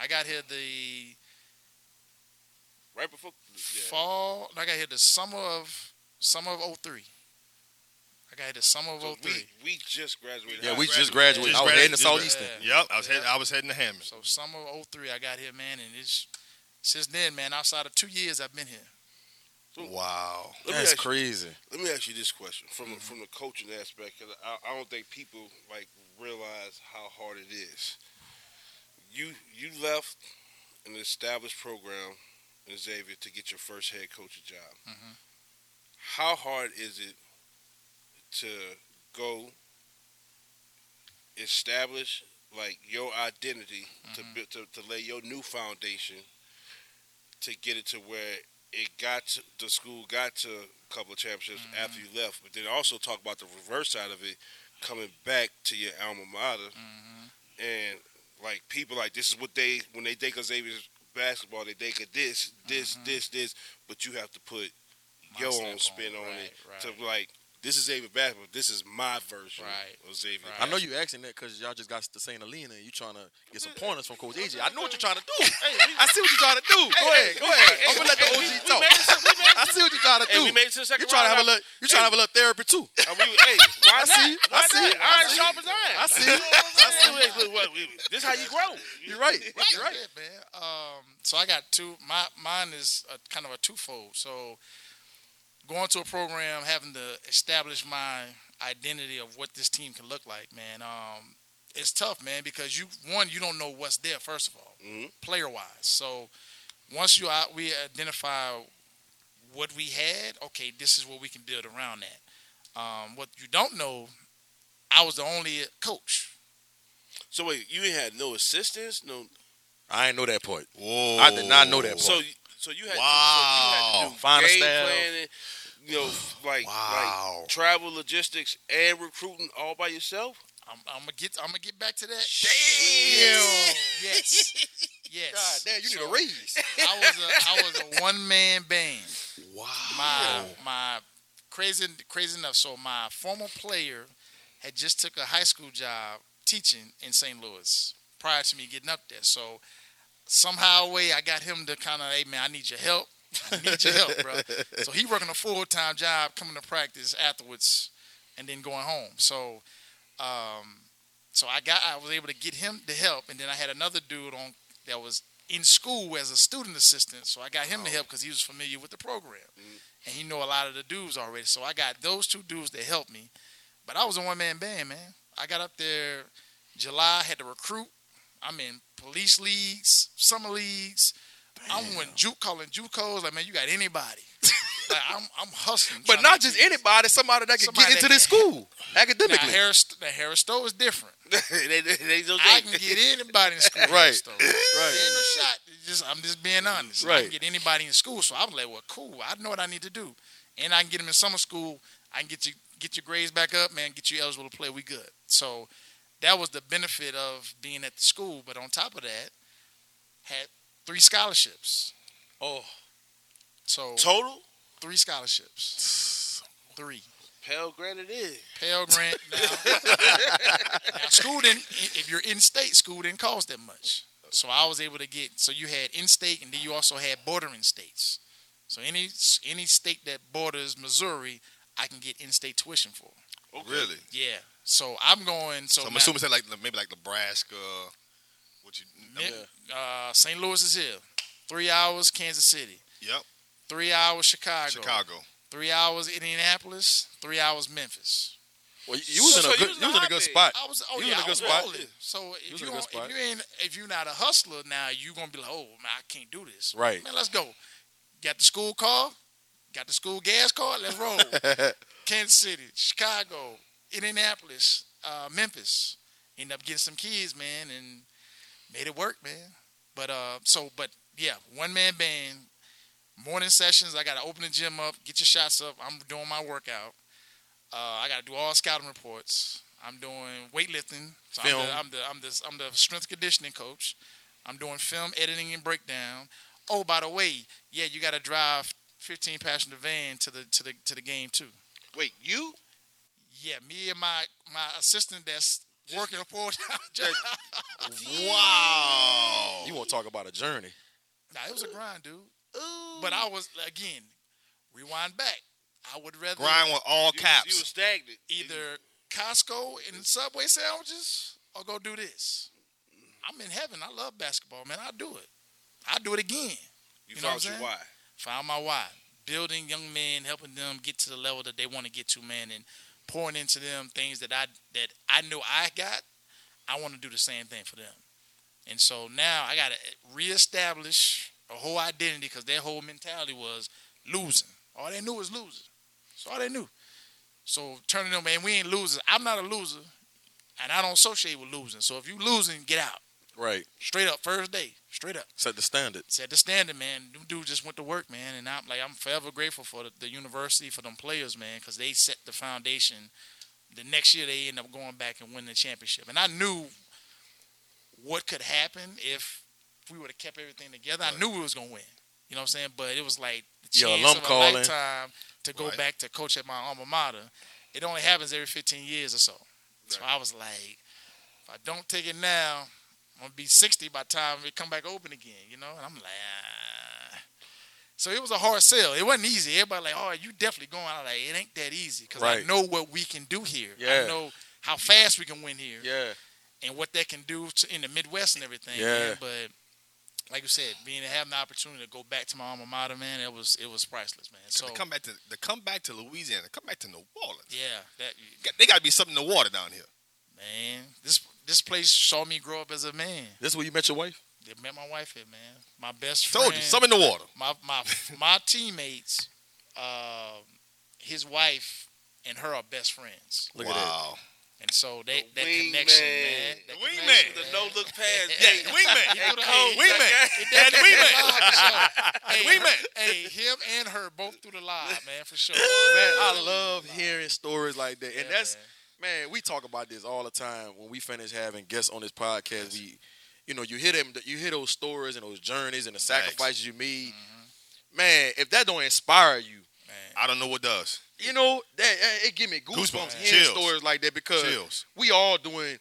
[SPEAKER 1] I got here the
[SPEAKER 4] Right before. Yeah.
[SPEAKER 1] fall. I got here the summer of summer of 03. I got here the summer of
[SPEAKER 4] So
[SPEAKER 1] 03.
[SPEAKER 4] we we just graduated.
[SPEAKER 3] Yeah,
[SPEAKER 4] high
[SPEAKER 3] we just
[SPEAKER 4] man.
[SPEAKER 3] graduated. I was heading to
[SPEAKER 2] Just graduated.
[SPEAKER 3] Southeastern.
[SPEAKER 2] Yep. I was
[SPEAKER 1] Yeah.
[SPEAKER 2] heading. I was heading to Hammond.
[SPEAKER 1] So summer of 03, I got here, man, and it's since then, man. Outside of two years, I've been here.
[SPEAKER 2] Wow.
[SPEAKER 4] Let me
[SPEAKER 3] That's
[SPEAKER 4] ask you-
[SPEAKER 3] crazy.
[SPEAKER 4] Let me ask you this question from from the coaching aspect because I, I don't think people like realize how hard it is. You you left an established program in Xavier to get your first head coaching job.
[SPEAKER 1] Mhm.
[SPEAKER 4] How hard is it to go establish like your identity to
[SPEAKER 1] Mhm.
[SPEAKER 4] bu to to lay your new foundation to get it to where it got to, the school got to a couple of championships after you left, but then also talk about the reverse side of it, coming back to your alma mater
[SPEAKER 1] Mm-hmm.
[SPEAKER 4] and like people like this is what they when they think of Xavier's basketball, they think of this, this, this, this, but you have to put
[SPEAKER 1] My
[SPEAKER 4] your
[SPEAKER 1] step
[SPEAKER 4] own spin on
[SPEAKER 1] right,
[SPEAKER 4] it
[SPEAKER 1] right.
[SPEAKER 4] to like this is Xavier basketball, this is my version
[SPEAKER 1] Right,
[SPEAKER 4] of Xavier.
[SPEAKER 1] right.
[SPEAKER 3] I know you asking that because y'all just got to St. Alina and you trying to get some pointers from Coach AJ. I know what you're trying to do. I see what you're trying to do. Go ahead, go ahead. I'm gonna let the OG talk. I see what you're trying to
[SPEAKER 4] Hey,
[SPEAKER 3] do.
[SPEAKER 4] we made it to the second
[SPEAKER 3] You trying to have a
[SPEAKER 4] round.
[SPEAKER 3] little? You trying to have a little therapy too?
[SPEAKER 4] Are we, hey, why
[SPEAKER 3] I
[SPEAKER 4] not?
[SPEAKER 3] see,
[SPEAKER 4] Why
[SPEAKER 3] I see,
[SPEAKER 4] not?
[SPEAKER 3] I
[SPEAKER 4] Iron
[SPEAKER 3] see.
[SPEAKER 4] sharp as iron.
[SPEAKER 3] I see.
[SPEAKER 4] I see. Wait, wait, wait, wait. This is *laughs* how you grow.
[SPEAKER 3] You're right. You're
[SPEAKER 1] You're
[SPEAKER 3] right.
[SPEAKER 1] right, man. Um, so I got two. My mine is a, kind of a twofold. So going to a program, having to establish my identity of what this team can look like, man. Um, it's tough, man, because you one you don't know what's there first of all,
[SPEAKER 4] Mhm.
[SPEAKER 1] player wise. So once you out, we identify what we had. Okay, this is what we can build around that. Um, what you don't know, I was the only coach.
[SPEAKER 4] So wait, you ain't had no assistance, no.
[SPEAKER 3] I ain't know that part.
[SPEAKER 2] Whoa.
[SPEAKER 3] I did not know that part.
[SPEAKER 4] So you- so you had
[SPEAKER 2] Wow.
[SPEAKER 4] to, so you had to do
[SPEAKER 3] Find a
[SPEAKER 4] game
[SPEAKER 3] staff.
[SPEAKER 4] planning, you know, like
[SPEAKER 2] Wow.
[SPEAKER 4] like travel logistics and recruiting all by yourself. *laughs*
[SPEAKER 1] I'm, I'm gonna get. I'm gonna get back to that.
[SPEAKER 3] Damn. *laughs*
[SPEAKER 1] Yes. Yes.
[SPEAKER 3] damn, you need
[SPEAKER 1] So,
[SPEAKER 3] a raise.
[SPEAKER 1] I was a, I was
[SPEAKER 3] *laughs*
[SPEAKER 1] a one man band.
[SPEAKER 2] Wow.
[SPEAKER 1] My my crazy crazy enough. So my former player had just took a high school job teaching in St. Louis prior to me getting up there. So somehow way I got him to kind of hey man I need your help. *laughs* I need your help, bro. So he working a full time job, coming to practice afterwards, and then going home. So um, So I got I was able to get him to help, and then I had another dude on that was in school as a student assistant. So I got him to help because he was familiar with the program, and he know a lot of the dudes already. So I got those two dudes that helped me, but I was a one man band, man. I got up there July, had to recruit. I'm in police leagues, summer leagues. I'm when juke calling JUCOs. Like man, you got
[SPEAKER 3] *laughs*
[SPEAKER 1] anybody? like I'm I'm hustling,
[SPEAKER 3] But
[SPEAKER 1] trying to get
[SPEAKER 3] not just
[SPEAKER 1] kids.
[SPEAKER 3] anybody, somebody that can
[SPEAKER 1] Somebody
[SPEAKER 3] get into
[SPEAKER 1] that
[SPEAKER 3] this school
[SPEAKER 1] Now,
[SPEAKER 3] academically.
[SPEAKER 1] Harris, now Harris Stowe is different.
[SPEAKER 4] they, they, they don't
[SPEAKER 1] I
[SPEAKER 4] do
[SPEAKER 1] can
[SPEAKER 4] it.
[SPEAKER 1] get anybody in school.
[SPEAKER 3] Right.
[SPEAKER 1] Stowe. There ain't no shot. It's Just I'm just being honest. I
[SPEAKER 3] Right.
[SPEAKER 1] can get anybody in school. So I was like, well, cool. I know what I need to do, and I can get them in summer school. I can get you get your grades back up, man. Get you eligible to play. We good. So that was the benefit of being at the school. But on top of that, had three scholarships.
[SPEAKER 4] Oh.
[SPEAKER 1] So
[SPEAKER 4] Total?
[SPEAKER 1] three scholarships. Three.
[SPEAKER 4] Pell Grant it is.
[SPEAKER 1] Pell Grant. Now, now school didn't. If you're in state, school didn't cost that much. So I was able to get. So you had in state, and then you also had bordering states. So any any state that borders Missouri, I can get in state tuition for.
[SPEAKER 2] Really?
[SPEAKER 1] Yeah. So I'm going. So,
[SPEAKER 2] So I'm
[SPEAKER 1] now-
[SPEAKER 2] assuming it's like maybe like Nebraska. What you? I mean,
[SPEAKER 1] uh, St. Louis is here. Three hours, Kansas City.
[SPEAKER 2] Yep.
[SPEAKER 1] Three hours, Chicago.
[SPEAKER 2] Chicago.
[SPEAKER 1] Three hours, Indianapolis. Three hours, Memphis.
[SPEAKER 3] Well, you- you was in
[SPEAKER 4] So
[SPEAKER 3] a
[SPEAKER 4] you
[SPEAKER 3] good,
[SPEAKER 4] was
[SPEAKER 3] you was in a good
[SPEAKER 4] hobby.
[SPEAKER 3] spot.
[SPEAKER 1] I was, oh
[SPEAKER 3] You was
[SPEAKER 1] yeah,
[SPEAKER 3] in a
[SPEAKER 1] I
[SPEAKER 3] good
[SPEAKER 1] was
[SPEAKER 3] spot.
[SPEAKER 1] rolling. So
[SPEAKER 3] You was
[SPEAKER 1] if you,
[SPEAKER 3] in a good
[SPEAKER 1] don't- if
[SPEAKER 3] spot.
[SPEAKER 1] you ain't if you're not a hustler now, you gonna be like, oh man, I can't do this.
[SPEAKER 3] Right.
[SPEAKER 1] Man, let's go. Got the school car, got the school gas card. Let's
[SPEAKER 3] *laughs*
[SPEAKER 1] roll. Kansas City, Chicago, Indianapolis, uh, Memphis. End up getting some kids, man, and made it work, man. But uh, so but yeah, one man band. Morning sessions, I gotta open the gym up, get your shots up. I'm doing my workout. Uh, I gotta do all scouting reports. I'm doing weightlifting. So
[SPEAKER 3] Film.
[SPEAKER 1] I'm, the, I'm the I'm the I'm the strength conditioning coach. I'm doing film editing and breakdown. Oh, by the way, yeah, you gotta drive 15 passenger van to the to the to the game too.
[SPEAKER 4] Wait, you?
[SPEAKER 1] Yeah, me and my my assistant that's working *laughs* a full time job.
[SPEAKER 2] Wow.
[SPEAKER 3] You want to talk about a journey?
[SPEAKER 1] Nah, it was a grind, dude. But I was again, rewind back. I would rather
[SPEAKER 2] Grind with all
[SPEAKER 4] You-
[SPEAKER 2] caps.
[SPEAKER 4] You were stagnant.
[SPEAKER 1] either Costco and Subway sandwiches or go do this. I'm in heaven. I love basketball, man. I do it. I do it again. you
[SPEAKER 4] You,
[SPEAKER 1] know
[SPEAKER 4] found
[SPEAKER 1] what I'm
[SPEAKER 4] your
[SPEAKER 1] saying?
[SPEAKER 4] why.
[SPEAKER 1] Find my why. Building young men, helping them get to the level that they want to get to, man, and pouring into them things that I that I know I got. I want to do the same thing for them. And so now I got to reestablish a whole identity because their whole mentality was losing. All they knew was losing. That's all they knew. So turning them, man, we ain't losers. I'm not a loser, and I don't associate with losing. So if you losing, get out.
[SPEAKER 3] Right.
[SPEAKER 1] Straight up, first day, straight up
[SPEAKER 3] Set the standard.
[SPEAKER 1] set the standard, man. Them dudes just went to work, man, and I'm like I'm forever grateful for the, the university for them players, man, because they set the foundation. The next year they end up going back and winning the championship, and I knew what could happen if we would have kept everything together. I knew we was gonna win. You know what I'm saying? But it was like the
[SPEAKER 3] Your
[SPEAKER 1] chance
[SPEAKER 3] alum
[SPEAKER 1] of a
[SPEAKER 3] calling.
[SPEAKER 1] lifetime to go
[SPEAKER 2] Right.
[SPEAKER 1] back to coach at my alma mater. It only happens every 15 years or so. So I was like, if I don't take it now, I'm gonna be 60 by the time it come back open again, you know? And I'm like, ah. So it was a hard sell. It wasn't easy. Everybody like, oh, you definitely going. I'm like, it ain't that easy because I
[SPEAKER 3] Right.
[SPEAKER 1] know what we can do here.
[SPEAKER 3] Yeah.
[SPEAKER 1] I know how fast we can win here
[SPEAKER 3] Yeah.
[SPEAKER 1] and what that can do to, in the Midwest and everything.
[SPEAKER 3] Yeah.
[SPEAKER 1] man. But like you said, being having the opportunity to go back to my alma mater, man, it was it was priceless, man. So
[SPEAKER 2] to come back to to come back to Louisiana, come back to New Orleans.
[SPEAKER 1] yeah, that
[SPEAKER 2] They got to be something in the water down here.
[SPEAKER 1] man, this this place saw me grow up as a man.
[SPEAKER 3] This where you met your wife?
[SPEAKER 1] They met my wife here, man. My best friend.
[SPEAKER 2] Told you, something in the water.
[SPEAKER 1] my my my teammates, uh, his wife and her are best friends,
[SPEAKER 3] Look
[SPEAKER 2] wow.
[SPEAKER 3] at that.
[SPEAKER 1] and so they
[SPEAKER 4] The
[SPEAKER 1] that
[SPEAKER 4] wingman.
[SPEAKER 1] connection, man. That
[SPEAKER 2] The wingman.
[SPEAKER 1] connection,
[SPEAKER 4] The
[SPEAKER 1] man.
[SPEAKER 4] no look pass.
[SPEAKER 2] Yeah, wingman.
[SPEAKER 1] He threw the-
[SPEAKER 4] Cole,
[SPEAKER 1] he-
[SPEAKER 2] wingman.
[SPEAKER 1] he
[SPEAKER 2] That
[SPEAKER 1] definitely threw the
[SPEAKER 2] wingman.
[SPEAKER 1] lob for sure. Hey,
[SPEAKER 2] That wingman.
[SPEAKER 1] Hey, him and her both through the live, man, for sure.
[SPEAKER 3] Man, I love hearing stories like that. And
[SPEAKER 1] Yeah,
[SPEAKER 3] that's man. we talk about this all the time when we finish having guests on this podcast. We you know, you hear them you hear those stories and those journeys and the sacrifices you made.
[SPEAKER 2] Mm-hmm.
[SPEAKER 3] Man, if that don't inspire you,
[SPEAKER 1] man.
[SPEAKER 2] I don't know what does.
[SPEAKER 3] you know, that that- it give me goosebumps,
[SPEAKER 2] Goosebumps,
[SPEAKER 3] hearing
[SPEAKER 2] chills.
[SPEAKER 3] stories like that because
[SPEAKER 2] Chills.
[SPEAKER 3] we all doing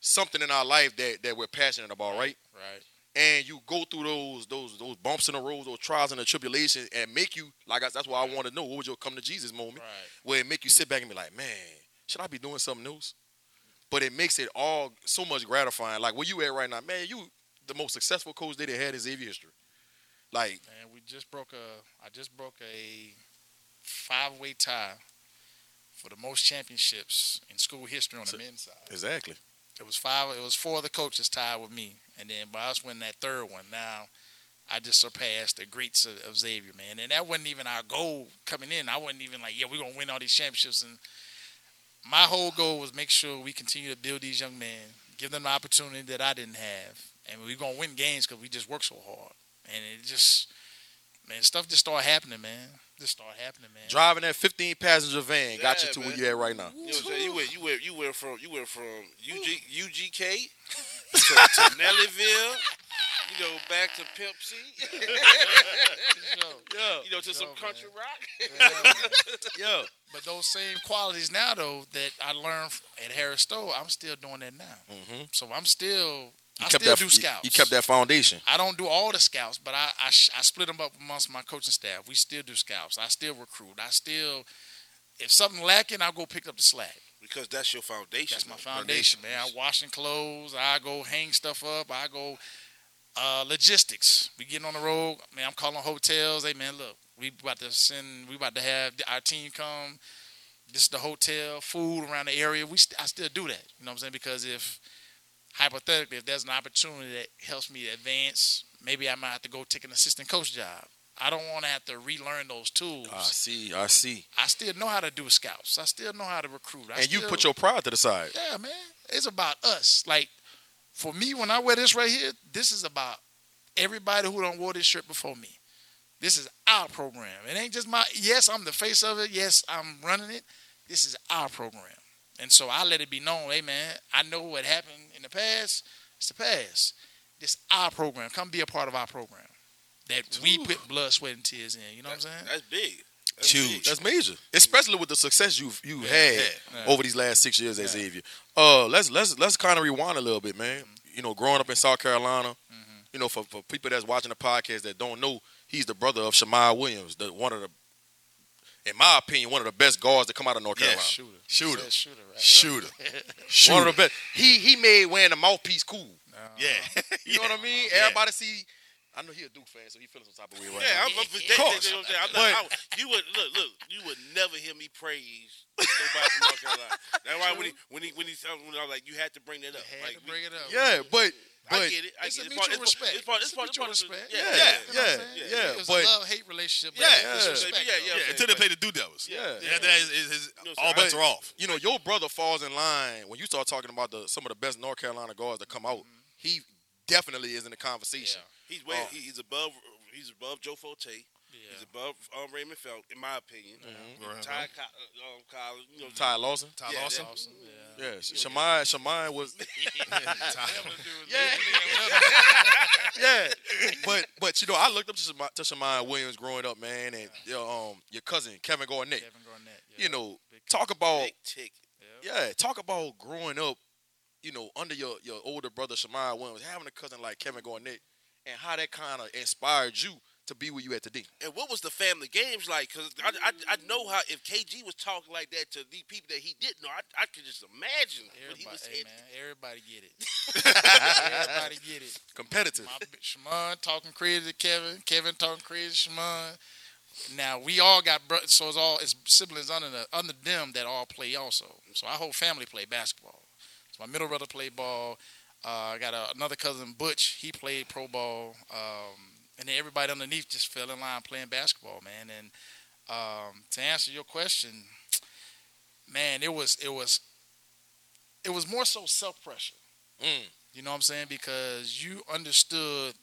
[SPEAKER 3] something in our life that, that we're passionate about, right?
[SPEAKER 1] Right.
[SPEAKER 3] and you go through those those those bumps in the road, those trials and the tribulations, and make you like I, that's why I want to know what was your come to Jesus moment
[SPEAKER 1] Right.
[SPEAKER 3] where it make you sit back and be like, man, should I be doing something else? but it makes it all so much gratifying. Like where you at right now, man, you the most successful coach that it had in Xavier history. Like
[SPEAKER 1] And we just broke a I just broke a five way tie for the most championships in school history on the men's side.
[SPEAKER 3] exactly.
[SPEAKER 1] It was five. It was four of the coaches tied with me, and then but I was winning that third one. Now, I just surpassed the greats of, of Xavier, man. And that wasn't even our goal coming in. I wasn't even like, yeah, we're gonna win all these championships. And my whole goal was make sure we continue to build these young men, give them the opportunity that I didn't have, and we're gonna win games because we just work so hard. And it just, man, stuff just started happening, man. Just started happening, man.
[SPEAKER 3] Driving that 15 passenger van got you
[SPEAKER 4] Yeah,
[SPEAKER 3] to
[SPEAKER 4] man.
[SPEAKER 3] where you at right now.
[SPEAKER 4] You know what I'm saying? You went, you went, you went from, you went from UG, UGK to, to Nellyville. You know, back to Pimp C. *laughs* you know, to some
[SPEAKER 1] Yo, man.
[SPEAKER 4] country rock.
[SPEAKER 3] Yo,
[SPEAKER 1] But those same qualities now, though, that I learned f- at Harris Stowe, I'm still doing that now.
[SPEAKER 3] Mhm.
[SPEAKER 1] So I'm still,
[SPEAKER 3] you
[SPEAKER 1] I
[SPEAKER 3] kept
[SPEAKER 1] still
[SPEAKER 3] that.
[SPEAKER 1] do scouts.
[SPEAKER 3] You, you kept that foundation.
[SPEAKER 1] I don't do all the scouts, but I, I, sh- I split them up amongst my coaching staff. We still do scouts. I still recruit. I still, if something lacking, I'll go pick up the slack.
[SPEAKER 4] Because that's your foundation.
[SPEAKER 1] That's my
[SPEAKER 4] though.
[SPEAKER 1] foundation, man. I washing clothes. I go hang stuff up. I go uh, logistics. We getting on the road. Man, I'm calling hotels. Hey, man, look, we about to send. We about to have our team come. This is the hotel, food around the area. We st- I still do that. You know what I'm saying? Because if hypothetically, if there's an opportunity that helps me to advance, maybe I might have to go take an assistant coach job. I don't want to have to relearn those tools.
[SPEAKER 3] I see. I see.
[SPEAKER 1] I still know how to do scouts. I still know how to recruit. I
[SPEAKER 3] and you
[SPEAKER 1] still-
[SPEAKER 3] put your pride to the side.
[SPEAKER 1] yeah, man. It's about us. Like for me, when I wear this right here, this is about everybody who don't wore this shirt before me. This is our program. It ain't just my. Yes, I'm the face of it. Yes, I'm running it. This is our program, and so I let it be known. Hey, man, I know what happened in the past. It's the past. This our program. Come be a part of our program that we put blood, sweat, and tears in. You know what I'm saying?
[SPEAKER 4] That's big. That's
[SPEAKER 3] Huge.
[SPEAKER 4] big.
[SPEAKER 3] That's major, especially with the success you've you had
[SPEAKER 1] yeah.
[SPEAKER 3] over these last six years at
[SPEAKER 1] Yeah.
[SPEAKER 3] Xavier. Uh, let's let's let's kind of rewind a little bit, man. You know, growing up in South Carolina, you know, for, for people that's watching the podcast that don't know, he's the brother of Shamai Williams, the one of the, in my opinion, one of the best guards to come out of North
[SPEAKER 2] Yes.
[SPEAKER 3] Carolina. *laughs*
[SPEAKER 1] Shooter.
[SPEAKER 2] Shooter.
[SPEAKER 1] Said Shooter. Right?
[SPEAKER 2] Shooter.
[SPEAKER 3] One of the best. He he made wearing the mouthpiece cool.
[SPEAKER 2] Yeah. *laughs*
[SPEAKER 3] You know what I mean?
[SPEAKER 2] Yeah.
[SPEAKER 3] Everybody see. I know he a Duke fan, so he feeling some type of way right now.
[SPEAKER 4] Yeah, I'm, I'm, they, they,
[SPEAKER 3] course.
[SPEAKER 4] they, you know what I'm saying? I'm not, I, you would look, look. You would never hear me praise nobody from North Carolina. That's why when he, when he, when he, tells me, when I was like, you had to bring that up.
[SPEAKER 1] Had
[SPEAKER 4] like,
[SPEAKER 1] to bring it up.
[SPEAKER 3] Yeah, but
[SPEAKER 4] I
[SPEAKER 3] but
[SPEAKER 4] get it. I
[SPEAKER 1] It's
[SPEAKER 4] get
[SPEAKER 1] a
[SPEAKER 4] it. It's part-
[SPEAKER 1] mutual
[SPEAKER 4] it's part-
[SPEAKER 1] respect.
[SPEAKER 4] It's part.
[SPEAKER 1] It's
[SPEAKER 4] It's
[SPEAKER 1] a
[SPEAKER 4] part.
[SPEAKER 1] mutual
[SPEAKER 4] It's part. of the-
[SPEAKER 1] respect.
[SPEAKER 4] Yeah,
[SPEAKER 1] You
[SPEAKER 3] Yeah,
[SPEAKER 4] yeah.
[SPEAKER 1] know what I'm
[SPEAKER 3] yeah,
[SPEAKER 1] saying?
[SPEAKER 3] yeah,
[SPEAKER 1] It was a
[SPEAKER 3] but-
[SPEAKER 1] love hate relationship. but
[SPEAKER 4] Yeah,
[SPEAKER 3] yeah.
[SPEAKER 1] disrespect,
[SPEAKER 4] Yeah, yeah,
[SPEAKER 1] though.
[SPEAKER 2] Yeah, until they play the do devils.
[SPEAKER 3] Yeah.
[SPEAKER 2] yeah that is, is, is
[SPEAKER 4] You know what
[SPEAKER 2] all
[SPEAKER 4] I'm
[SPEAKER 2] bets
[SPEAKER 4] saying?
[SPEAKER 2] are off.
[SPEAKER 3] you know, your brother falls in line when you start talking about the some of the best North Carolina guards that come out. He definitely is in the conversation.
[SPEAKER 4] He's way.
[SPEAKER 3] Oh.
[SPEAKER 4] he- He's above. He's above Joe Forte. He's
[SPEAKER 1] Yeah. Mm-hmm.
[SPEAKER 4] above um, Raymond Felt, in my opinion.
[SPEAKER 3] Mm-hmm.
[SPEAKER 4] Ty Co- uh, um, Collins. You know, *laughs*
[SPEAKER 1] *laughs*
[SPEAKER 3] Ty Lawson.
[SPEAKER 2] Ty
[SPEAKER 4] Yeah,
[SPEAKER 2] Lawson.
[SPEAKER 1] Awesome. Yeah.
[SPEAKER 3] Yeah, Shamai. Shamai was.
[SPEAKER 1] Yeah.
[SPEAKER 3] *laughs* yeah, but but you know, I looked up to Shamai, to Shamai Williams growing up, man, and your um your cousin Kevin Garnett.
[SPEAKER 1] Kevin Garnett. Yeah.
[SPEAKER 3] You know, talk
[SPEAKER 1] Oh.
[SPEAKER 3] about
[SPEAKER 4] Big tick.
[SPEAKER 3] yeah, talk about growing up. You know, under your your older brother Shamai Williams, having a cousin like Kevin Garnett, and how that kind of inspired you to be where you at today.
[SPEAKER 4] And what was the family games like? Because I, I, I know how if KG was talking like that to the people that he didn't know, I, I could just imagine what he
[SPEAKER 1] Everybody,
[SPEAKER 4] was
[SPEAKER 1] hey,
[SPEAKER 4] saying.
[SPEAKER 1] man, everybody get
[SPEAKER 4] *laughs*
[SPEAKER 1] it. everybody get it.
[SPEAKER 3] Competitive.
[SPEAKER 1] My b- Shimon talking crazy to Kevin. Kevin talking crazy to Shimon. Now we all got brothers, so it's all it's siblings under the, under them that all play also. So our whole family play basketball. So my middle brother played ball. Uh, I got a, another cousin Butch. He played pro ball. Um, and then everybody underneath just fell in line playing basketball, man. And um, to answer your question, man, it was it was it was more so self pressure.
[SPEAKER 3] Mm.
[SPEAKER 1] You know what I'm saying? Because you understood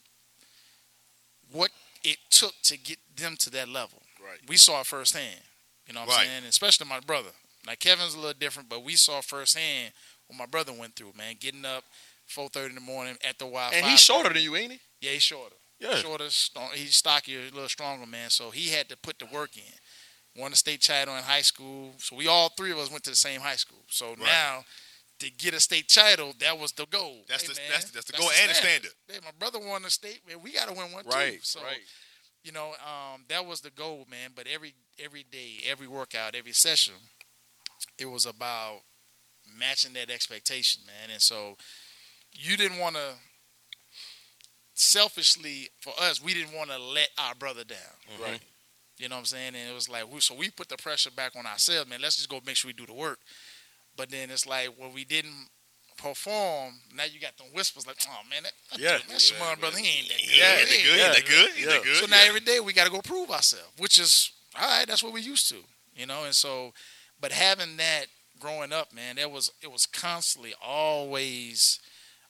[SPEAKER 1] what it took to get them to that level.
[SPEAKER 4] Right.
[SPEAKER 1] We saw it firsthand. You know what
[SPEAKER 2] Right.
[SPEAKER 1] I'm saying? Especially my brother. Like Kevin's a little different, but we saw firsthand what my brother went through, man. Getting up 4:30 in the morning at the Y.
[SPEAKER 3] And he's shorter than you, ain't he?
[SPEAKER 1] Yeah, he's shorter. Shorter, sto- he's stockier, a little stronger, man. So he had to put the work in. Won the state title in high school. So we all three of us went to the same high school. So now to get a state title, that was the goal.
[SPEAKER 2] That's
[SPEAKER 1] Hey,
[SPEAKER 2] the
[SPEAKER 1] man,
[SPEAKER 2] that's the, that's the goal and the standard.
[SPEAKER 1] Hey, my brother won the state, man. We gotta win one too.
[SPEAKER 3] Right,
[SPEAKER 1] So
[SPEAKER 3] right.
[SPEAKER 1] you know, um, that was the goal, man. But every every day, every workout, every session, it was about matching that expectation, man. And so you didn't want to selfishly for us, we didn't want to let our brother down.
[SPEAKER 2] Mm-hmm.
[SPEAKER 4] Right.
[SPEAKER 1] You know what I'm saying? And it was like we so we put the pressure back on ourselves, man. Let's just go make sure we do the work. But then it's like when we didn't perform, now you got them whispers like, oh man, that, that
[SPEAKER 3] Yeah.
[SPEAKER 1] dude, that's your brother. He ain't that good.
[SPEAKER 2] Yeah,
[SPEAKER 1] He
[SPEAKER 2] they
[SPEAKER 1] ain't
[SPEAKER 2] good.
[SPEAKER 3] yeah,
[SPEAKER 2] they good.
[SPEAKER 3] yeah.
[SPEAKER 2] they good.
[SPEAKER 1] so now
[SPEAKER 2] yeah.
[SPEAKER 1] every day we got to go prove ourselves, which is all right. That's what we used to, you know. And so, but having that growing up, man, that was it was constantly always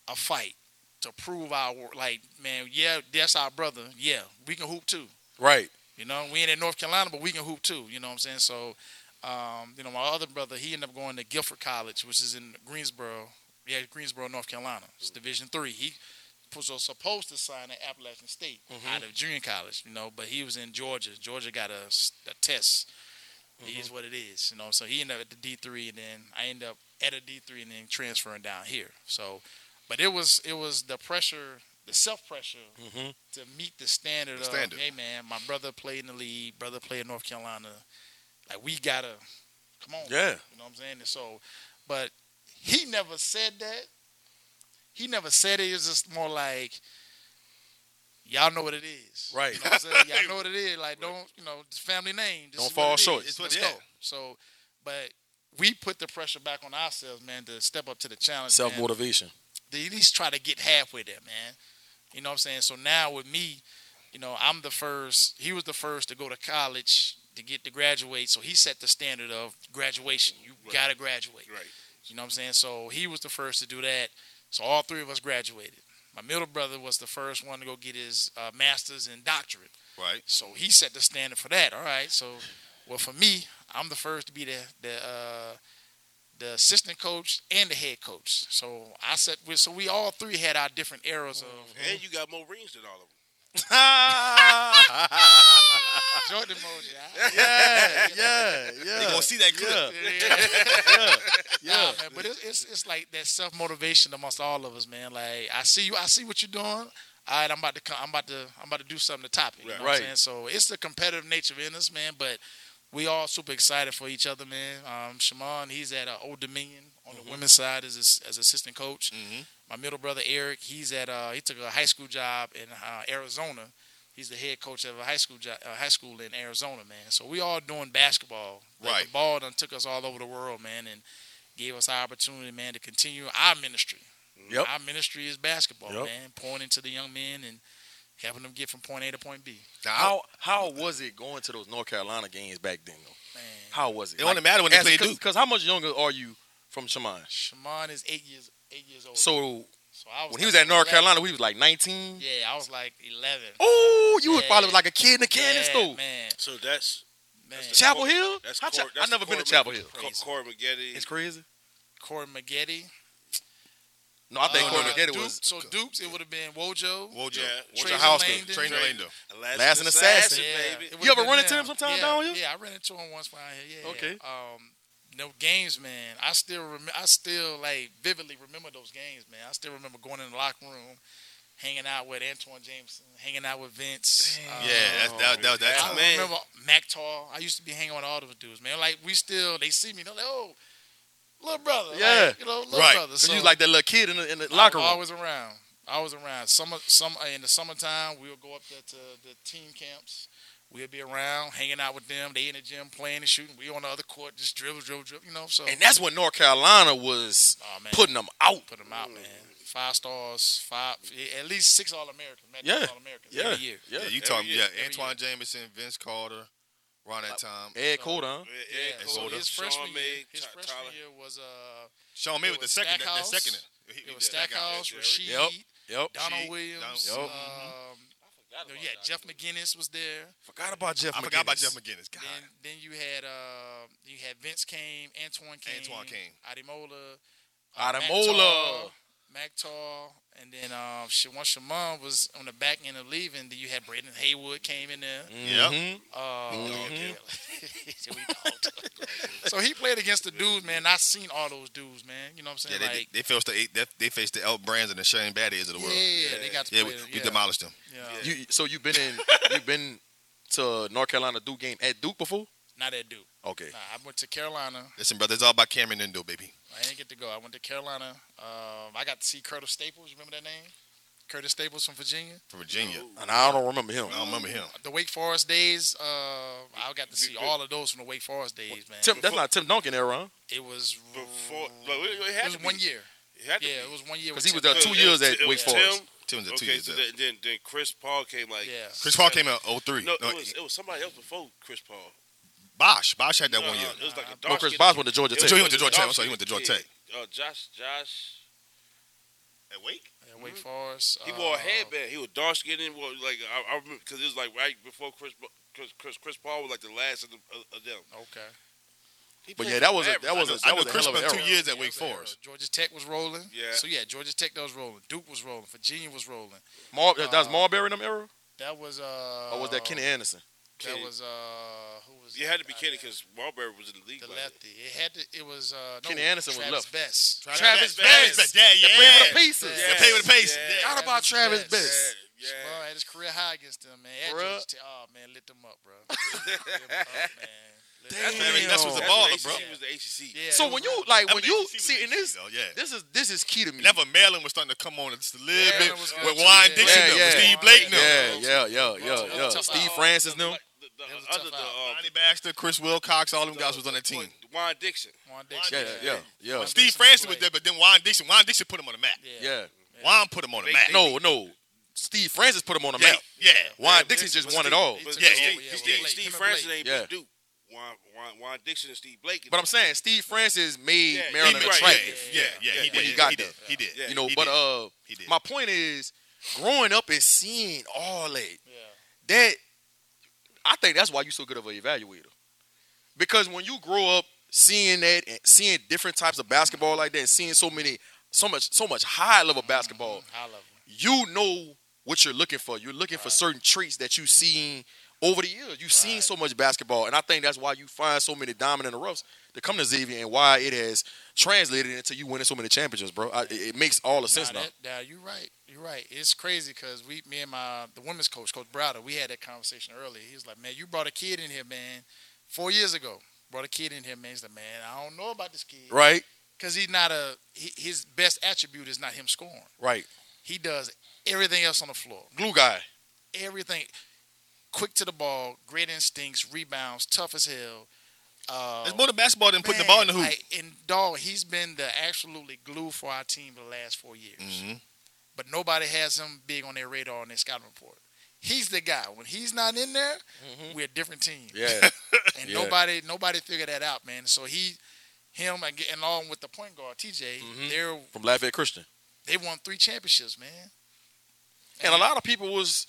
[SPEAKER 1] a fight to prove our wor- like, man, yeah, that's our brother. Yeah, we can hoop too.
[SPEAKER 3] Right.
[SPEAKER 1] You know, we ain't in North Carolina, but we can hoop too. You know what I'm saying? So, um, you know, my other brother, he ended up going to Guilford College, which is in Greensboro. Yeah, Greensboro, North Carolina. It's Division Three. He was supposed to sign at Appalachian State out of junior college, you know, but he was in Georgia. Georgia got a, s- a test. It is what it is, you know. So he ended up at the D three, and then I ended up at a D three, and then transferring down here. So, but it was it was the pressure, the self pressure
[SPEAKER 3] Mhm.
[SPEAKER 1] to meet the standard.
[SPEAKER 2] The standard.
[SPEAKER 1] Of, hey man, my brother played in the league. Brother played in North Carolina. Like we gotta come on.
[SPEAKER 3] Yeah.
[SPEAKER 1] You know what I'm saying? And so, but he never said that. He never said it. It's just more like, y'all know what it is.
[SPEAKER 3] Right.
[SPEAKER 1] You know what I'm saying? Y'all know what it is. Like, don't, you know, it's family name. This
[SPEAKER 3] Don't
[SPEAKER 1] is what
[SPEAKER 3] fall
[SPEAKER 1] it is.
[SPEAKER 3] short.
[SPEAKER 1] It's- Let's
[SPEAKER 2] Yeah.
[SPEAKER 1] go. So, but we put the pressure back on ourselves, man, to step up to the challenge.
[SPEAKER 3] Self
[SPEAKER 1] man.
[SPEAKER 3] motivation.
[SPEAKER 1] To at least try to get halfway there, man. You know what I'm saying? So now with me, you know, I'm the first, he was the first to go to college to get to graduate. So he set the standard of graduation. You
[SPEAKER 4] Right.
[SPEAKER 1] got to graduate.
[SPEAKER 4] Right.
[SPEAKER 1] You know what I'm saying? So he was the first to do that. So all three of us graduated. My middle brother was the first one to go get his uh, master's and doctorate.
[SPEAKER 2] Right.
[SPEAKER 1] So he set the standard for that. All right. So, well, for me, I'm the first to be the the uh, the assistant coach and the head coach. So I set. we- So we all three had our different eras of
[SPEAKER 4] And you got more rings than all of them.
[SPEAKER 1] Jordan emoji. *laughs*
[SPEAKER 3] Yeah, yeah, yeah.
[SPEAKER 2] They gonna see that clip.
[SPEAKER 3] Yeah,
[SPEAKER 1] yeah,
[SPEAKER 3] yeah.
[SPEAKER 1] man. But it's, it's it's like that self motivation amongst all of us, man. Like I see you, I see what you're doing. All right, I'm about to come, I'm about to I'm about to do something to top it. You know what I'm saying?
[SPEAKER 3] Right.
[SPEAKER 1] So it's the competitive nature in us, man. But we all super excited for each other, man. Um, Shimon, he's at uh, Old Dominion on
[SPEAKER 3] Mm-hmm.
[SPEAKER 1] the women's side as as- as assistant coach.
[SPEAKER 2] Mhm.
[SPEAKER 1] My middle brother Eric, he's at uh, he took a high school job in uh, Arizona. He's the head coach of a high school jo- uh, high school in Arizona, man. So we all doing basketball. Like,
[SPEAKER 2] Right.
[SPEAKER 1] The ball done took us all over the world, man, and gave us our opportunity, man, to continue our ministry.
[SPEAKER 3] Yep.
[SPEAKER 1] Our ministry is basketball,
[SPEAKER 3] Yep.
[SPEAKER 1] man. Pointing to the young men and helping them get from point A to point B.
[SPEAKER 2] Now,
[SPEAKER 3] How how was it going to those North Carolina games back then though?
[SPEAKER 1] Man,
[SPEAKER 3] How was it?
[SPEAKER 2] it only matter when they play Duke.
[SPEAKER 3] Because how much younger are you from Shaman?
[SPEAKER 1] Shimon is eight years eight years old.
[SPEAKER 3] So
[SPEAKER 1] So I was
[SPEAKER 3] when he was
[SPEAKER 1] like
[SPEAKER 3] at North
[SPEAKER 1] 11.
[SPEAKER 3] Carolina, we was like 19.
[SPEAKER 1] Yeah, I was like eleven.
[SPEAKER 3] Oh, you was
[SPEAKER 1] Yeah.
[SPEAKER 3] probably like a kid in a candy
[SPEAKER 1] yeah,
[SPEAKER 3] store.
[SPEAKER 1] man,
[SPEAKER 4] So that's
[SPEAKER 1] man.
[SPEAKER 4] the-
[SPEAKER 3] Chapel Hill?
[SPEAKER 4] that's
[SPEAKER 3] How
[SPEAKER 4] Cor-
[SPEAKER 3] Cha-
[SPEAKER 4] that's
[SPEAKER 3] I never
[SPEAKER 4] Corey
[SPEAKER 3] been to Chapel Hill.
[SPEAKER 4] Co-
[SPEAKER 1] Crazy.
[SPEAKER 4] Corey McGetty.
[SPEAKER 3] It's crazy.
[SPEAKER 1] Corey Maggette.
[SPEAKER 3] No, I think
[SPEAKER 1] Uh,
[SPEAKER 3] Corey McGetty
[SPEAKER 1] Duke-
[SPEAKER 3] was
[SPEAKER 1] So Dukes, it would have been Wojo.
[SPEAKER 2] Wojo.
[SPEAKER 4] Yeah.
[SPEAKER 2] Wojo
[SPEAKER 1] Trajan
[SPEAKER 2] Hoskins.
[SPEAKER 1] Langdon.
[SPEAKER 2] Trajan Langdon.
[SPEAKER 3] Last
[SPEAKER 4] Last
[SPEAKER 3] an
[SPEAKER 4] an
[SPEAKER 3] assassin,
[SPEAKER 4] assassin,
[SPEAKER 1] Yeah,
[SPEAKER 4] baby.
[SPEAKER 1] it
[SPEAKER 3] You
[SPEAKER 1] would've
[SPEAKER 3] ever
[SPEAKER 1] been
[SPEAKER 3] run into
[SPEAKER 1] them.
[SPEAKER 3] him sometime
[SPEAKER 1] yeah,
[SPEAKER 3] down here?
[SPEAKER 1] Yeah, I ran into him once down here. Yeah.
[SPEAKER 3] Okay.
[SPEAKER 1] Um, no games, man. I still rem- I still like vividly remember those games, man. I still remember going in the locker room, hanging out with Antoine Jameson, hanging out with Vince. Uh,
[SPEAKER 2] Yeah, that's that, that, that's
[SPEAKER 1] I
[SPEAKER 4] Yeah, man.
[SPEAKER 1] remember Mac Tall. I used to be hanging with all those dudes, man. Like we still, they see me, they're like, "Oh, little brother." like,
[SPEAKER 3] Yeah.
[SPEAKER 1] you know, little
[SPEAKER 2] Right.
[SPEAKER 1] brother.
[SPEAKER 3] because
[SPEAKER 1] So
[SPEAKER 3] you was like that little kid in the, in the locker room.
[SPEAKER 1] I was always around. I was around. Summer, some uh, in the summertime, we would go up there to the team camps. We'd be around, hanging out with them. They in the gym playing and shooting. We on the other court, just dribble, dribble, dribble. You know, so
[SPEAKER 3] and that's when North Carolina was
[SPEAKER 1] Aw, man,
[SPEAKER 3] putting them out.
[SPEAKER 1] put them out, man. Five stars, five, at least six All Americans,
[SPEAKER 3] Yeah.
[SPEAKER 1] All Americans
[SPEAKER 3] Yeah.
[SPEAKER 1] every year.
[SPEAKER 3] Yeah.
[SPEAKER 2] Yeah, you talking?
[SPEAKER 4] year,
[SPEAKER 2] Yeah,
[SPEAKER 1] every
[SPEAKER 2] Antoine Jameson, Vince Carter, around that time.
[SPEAKER 3] Ed Coulter, huh?
[SPEAKER 4] Yeah,
[SPEAKER 1] Yeah,
[SPEAKER 4] Ed
[SPEAKER 1] so
[SPEAKER 2] Golden.
[SPEAKER 4] Cole,
[SPEAKER 1] his
[SPEAKER 4] Sean
[SPEAKER 1] freshman year,
[SPEAKER 4] May,
[SPEAKER 1] his
[SPEAKER 4] Ty-
[SPEAKER 1] freshman
[SPEAKER 4] Tyler.
[SPEAKER 1] year was uh,
[SPEAKER 2] Sean May
[SPEAKER 1] It
[SPEAKER 2] with the
[SPEAKER 1] was
[SPEAKER 2] second, that, that
[SPEAKER 1] Stackhouse.
[SPEAKER 2] second. He, he
[SPEAKER 1] it
[SPEAKER 2] did
[SPEAKER 1] was Stackhouse,
[SPEAKER 4] Stackhouse,
[SPEAKER 1] Rashid,
[SPEAKER 3] Yep. Yep.
[SPEAKER 1] Donald
[SPEAKER 2] Rashid,
[SPEAKER 1] Williams,
[SPEAKER 2] Donald-
[SPEAKER 3] Yep.
[SPEAKER 1] um, no, yeah, Jeff McGinnis was there.
[SPEAKER 3] Forgot about Jeff.
[SPEAKER 2] I forgot about
[SPEAKER 3] McGinnis.
[SPEAKER 2] Jeff McGinnis. God,
[SPEAKER 1] Then, then you had uh, you had Vince Kane, Antoine Kane,
[SPEAKER 2] Antoine Kane.
[SPEAKER 1] Ademola,
[SPEAKER 3] Ademola.
[SPEAKER 1] Magtar, and then um, Sha- once Shaman was on the back end of leaving, then you had Braden Haywood came in there.
[SPEAKER 2] Yep.
[SPEAKER 3] Mhm.
[SPEAKER 1] Uh,
[SPEAKER 2] *laughs*
[SPEAKER 1] yeah.
[SPEAKER 3] Mhm.
[SPEAKER 1] We dogged. so he played against the dudes, man. and I seen all those dudes, man. You know what I'm
[SPEAKER 2] yeah,
[SPEAKER 1] saying?
[SPEAKER 2] they,
[SPEAKER 1] like,
[SPEAKER 2] they faced the they, they faced the Elk Brands and the Shane Baddies of the world.
[SPEAKER 1] yeah, they got to
[SPEAKER 2] Yeah, we,
[SPEAKER 1] play. them,
[SPEAKER 2] we
[SPEAKER 1] yeah,
[SPEAKER 2] demolished them.
[SPEAKER 1] yeah.
[SPEAKER 3] You, so you've been in, you've been to North Carolina Duke game at Duke before?
[SPEAKER 1] Not at Duke.
[SPEAKER 3] Okay.
[SPEAKER 1] Nah, I went to Carolina.
[SPEAKER 2] Listen, brother, it's all about Cameron Indo, baby.
[SPEAKER 1] I didn't get to go. I went to Carolina. Um, I got to see Curtis Staples. Remember that name? Curtis Staples from Virginia.
[SPEAKER 2] From Virginia.
[SPEAKER 4] Oh,
[SPEAKER 3] And I don't remember him.
[SPEAKER 2] I don't remember him.
[SPEAKER 1] The Wake Forest days. Uh, I got to see all of those from the Wake Forest days, man.
[SPEAKER 3] Tim, that's not Tim Duncan era, huh?
[SPEAKER 1] It was
[SPEAKER 4] Before, like, it- it
[SPEAKER 1] It
[SPEAKER 4] had to
[SPEAKER 1] was
[SPEAKER 4] be-
[SPEAKER 1] one year.
[SPEAKER 4] it had to
[SPEAKER 1] Yeah,
[SPEAKER 4] be.
[SPEAKER 1] it was one year. with
[SPEAKER 3] Because he
[SPEAKER 1] Tim
[SPEAKER 3] was there
[SPEAKER 1] Duncan.
[SPEAKER 3] two
[SPEAKER 4] It was-
[SPEAKER 3] years at
[SPEAKER 4] it was
[SPEAKER 3] Wake
[SPEAKER 4] Tim,
[SPEAKER 3] Forest.
[SPEAKER 2] Tim's a two
[SPEAKER 4] Okay,
[SPEAKER 2] years
[SPEAKER 4] so
[SPEAKER 2] there.
[SPEAKER 4] then, then then Chris Paul came like
[SPEAKER 1] Yeah.
[SPEAKER 2] Chris Paul came out 03.
[SPEAKER 4] No,
[SPEAKER 2] No,
[SPEAKER 4] it was it was somebody else before Chris Paul.
[SPEAKER 2] Bosch. Bosch had that
[SPEAKER 4] No,
[SPEAKER 2] one
[SPEAKER 4] no,
[SPEAKER 2] year.
[SPEAKER 4] It was like a
[SPEAKER 3] No,
[SPEAKER 4] dark
[SPEAKER 3] Chris
[SPEAKER 4] skin-
[SPEAKER 3] Bosh went to Georgia
[SPEAKER 4] it
[SPEAKER 3] Tech.
[SPEAKER 2] So he went to Georgia Tech. I'm
[SPEAKER 4] dark
[SPEAKER 2] sorry, he went to Georgia
[SPEAKER 4] skin
[SPEAKER 2] Tech.
[SPEAKER 4] kid. Uh, Josh Josh
[SPEAKER 2] At Wake?
[SPEAKER 1] Yeah, Wake Forest.
[SPEAKER 4] He
[SPEAKER 1] uh,
[SPEAKER 4] wore a headband. He was dark skinned. and wore like I, I remember because it was like right before Chris, Bo- Chris Chris Chris Paul was like the last of, the, of, of them.
[SPEAKER 1] Okay.
[SPEAKER 4] He
[SPEAKER 3] But
[SPEAKER 4] played
[SPEAKER 3] yeah, that
[SPEAKER 4] for
[SPEAKER 3] was a,
[SPEAKER 4] Mavericks.
[SPEAKER 3] that was a,
[SPEAKER 2] I
[SPEAKER 3] that
[SPEAKER 2] know
[SPEAKER 3] was a
[SPEAKER 2] Chris
[SPEAKER 3] hell of an
[SPEAKER 2] spent two
[SPEAKER 3] era.
[SPEAKER 2] years at
[SPEAKER 1] Yeah, it
[SPEAKER 2] Wake
[SPEAKER 1] was an era.
[SPEAKER 2] Forest.
[SPEAKER 1] Georgia Tech was rolling.
[SPEAKER 4] Yeah.
[SPEAKER 1] So yeah, Georgia Tech that was rolling. Duke was rolling. Virginia was rolling.
[SPEAKER 3] Mar- that was
[SPEAKER 1] Uh,
[SPEAKER 3] Marbury in them era,
[SPEAKER 1] That was uh.
[SPEAKER 3] or Oh, was that Kenny Anderson?
[SPEAKER 1] That
[SPEAKER 4] Kenny.
[SPEAKER 1] was uh. Who was?
[SPEAKER 4] You had to be
[SPEAKER 1] that?
[SPEAKER 4] kidding because Marbury was in the league.
[SPEAKER 1] The
[SPEAKER 4] like
[SPEAKER 1] lefty. It had to. It was uh. No,
[SPEAKER 3] Kenny Anderson was
[SPEAKER 1] Travis
[SPEAKER 3] left.
[SPEAKER 1] Best.
[SPEAKER 4] Travis
[SPEAKER 2] Travis
[SPEAKER 4] Best.
[SPEAKER 2] Best. Yeah, yeah.
[SPEAKER 3] Playing with the pieces.
[SPEAKER 1] Yeah.
[SPEAKER 2] Play with *laughs* the pace.
[SPEAKER 4] Yeah.
[SPEAKER 2] Yeah.
[SPEAKER 1] Forgot about Travis
[SPEAKER 4] that.
[SPEAKER 1] Best.
[SPEAKER 4] Yeah,
[SPEAKER 1] Bro, had his career high against them, man. At
[SPEAKER 3] Bruh.
[SPEAKER 1] Georgia Tech- oh man, lit them up, bro. lit
[SPEAKER 3] *laughs*
[SPEAKER 1] them up, man. Lit
[SPEAKER 3] Damn.
[SPEAKER 1] them up.
[SPEAKER 2] Travis Best was a
[SPEAKER 4] That's when
[SPEAKER 2] baller, bro.
[SPEAKER 4] ACC was the ACC.
[SPEAKER 1] Yeah,
[SPEAKER 3] so
[SPEAKER 1] it
[SPEAKER 3] when
[SPEAKER 1] was
[SPEAKER 3] you
[SPEAKER 1] rough.
[SPEAKER 3] like
[SPEAKER 2] That
[SPEAKER 3] when
[SPEAKER 2] was
[SPEAKER 3] you
[SPEAKER 2] ACC was
[SPEAKER 3] see in
[SPEAKER 2] ACC
[SPEAKER 3] this,
[SPEAKER 2] though, yeah.
[SPEAKER 3] this is this is key to me.
[SPEAKER 2] Never Maryland was starting to come on just a little
[SPEAKER 1] Maryland
[SPEAKER 2] bit
[SPEAKER 1] was
[SPEAKER 2] with
[SPEAKER 1] good,
[SPEAKER 2] Juan
[SPEAKER 1] yeah.
[SPEAKER 2] Dixon,
[SPEAKER 3] Yeah,
[SPEAKER 2] them,
[SPEAKER 3] yeah.
[SPEAKER 2] Steve Blake, them.
[SPEAKER 3] Yeah, yeah, yeah,
[SPEAKER 1] That was
[SPEAKER 3] yeah,
[SPEAKER 1] a
[SPEAKER 3] yeah.
[SPEAKER 1] tough
[SPEAKER 3] Steve
[SPEAKER 1] out.
[SPEAKER 3] Francis, them.
[SPEAKER 4] Like, the, the,
[SPEAKER 1] That was a
[SPEAKER 4] other,
[SPEAKER 1] tough
[SPEAKER 4] the,
[SPEAKER 1] out.
[SPEAKER 4] uh,
[SPEAKER 2] Johnny Baxter, Chris Wilcox, all them guys was on that team.
[SPEAKER 4] Juan Dixon.
[SPEAKER 1] Juan Dixon.
[SPEAKER 3] Yeah, yeah, yeah,
[SPEAKER 2] Steve Francis was there, but then Juan Dixon. Juan Dixon put him on the map.
[SPEAKER 3] yeah.
[SPEAKER 2] Juan put him on the
[SPEAKER 4] They-
[SPEAKER 2] map.
[SPEAKER 4] they-
[SPEAKER 3] No, no. Steve Francis put him on the
[SPEAKER 2] yeah,
[SPEAKER 3] map.
[SPEAKER 2] yeah.
[SPEAKER 3] Juan
[SPEAKER 4] Yeah,
[SPEAKER 3] Dixon
[SPEAKER 4] but
[SPEAKER 3] just won it
[SPEAKER 4] Steve-
[SPEAKER 3] all.
[SPEAKER 4] but
[SPEAKER 2] Yeah, yeah,
[SPEAKER 4] Steve- Steve,
[SPEAKER 2] yeah.
[SPEAKER 4] Steve,
[SPEAKER 1] Remember
[SPEAKER 4] Francis
[SPEAKER 1] Blake?
[SPEAKER 4] ain't
[SPEAKER 3] Yeah.
[SPEAKER 4] yeah. Duke. Juan, Juan, Juan Dixon and Steve Blake.
[SPEAKER 3] But I'm saying Steve Francis made
[SPEAKER 4] Yeah, he
[SPEAKER 3] Maryland
[SPEAKER 4] made-
[SPEAKER 2] right,
[SPEAKER 3] attractive.
[SPEAKER 2] yeah, yeah, yeah,
[SPEAKER 4] Yeah,
[SPEAKER 2] He
[SPEAKER 3] when
[SPEAKER 2] did.
[SPEAKER 3] he got
[SPEAKER 2] he did.
[SPEAKER 3] there.
[SPEAKER 2] He did.
[SPEAKER 4] Yeah.
[SPEAKER 3] You know,
[SPEAKER 2] he
[SPEAKER 3] but
[SPEAKER 2] did.
[SPEAKER 3] uh,
[SPEAKER 2] he did.
[SPEAKER 3] my point is, growing up and seeing all that,
[SPEAKER 1] Yeah.
[SPEAKER 3] that I think that's why you're so good of an evaluator. Because when you grow up seeing that and seeing different types of basketball like that, and seeing so many, so much, so much high level basketball,
[SPEAKER 1] High level.
[SPEAKER 3] you know what you're looking for. You're looking for certain traits that you've seen over the years. You've seen
[SPEAKER 1] Right.
[SPEAKER 3] so much basketball, and I think that's why you find so many dominant erupts to come to Xavier and why it has translated into you winning so many championships, bro. I, it- it makes all the sense
[SPEAKER 1] Nah,
[SPEAKER 3] now.
[SPEAKER 1] that, nah, you're right. You're right. It's crazy because we, me and my the women's coach, Coach Browder, we had that conversation earlier. He was like, "Man, you brought a kid in here, man, four years ago. Brought a kid in here, man. He's like, man, I don't know about this kid
[SPEAKER 3] Right,
[SPEAKER 1] because he's not a he, his best attribute is not him scoring.
[SPEAKER 3] right.
[SPEAKER 1] He does everything else on the floor.
[SPEAKER 3] Glue guy.
[SPEAKER 1] Everything, quick to the ball, great instincts, rebounds, tough as hell. Uh,
[SPEAKER 2] it's more the basketball than putting
[SPEAKER 1] man,
[SPEAKER 2] the ball in the hoop.
[SPEAKER 1] Like, and dog, he's been the absolutely glue for our team the last four years.
[SPEAKER 2] Mhm.
[SPEAKER 1] But nobody has him big on their radar on their scouting report. He's the guy. When he's not in there,
[SPEAKER 2] Mm-hmm.
[SPEAKER 1] we're a different team.
[SPEAKER 3] Yeah,
[SPEAKER 1] And
[SPEAKER 3] yeah.
[SPEAKER 1] nobody nobody figured that out, man. So he him and get- along with the point guard, TJ,
[SPEAKER 2] Mm-hmm.
[SPEAKER 3] Mhm.
[SPEAKER 1] they're
[SPEAKER 3] *laughs* from Lafayette Christian.
[SPEAKER 1] they won three championships, man.
[SPEAKER 3] And a lot of people was,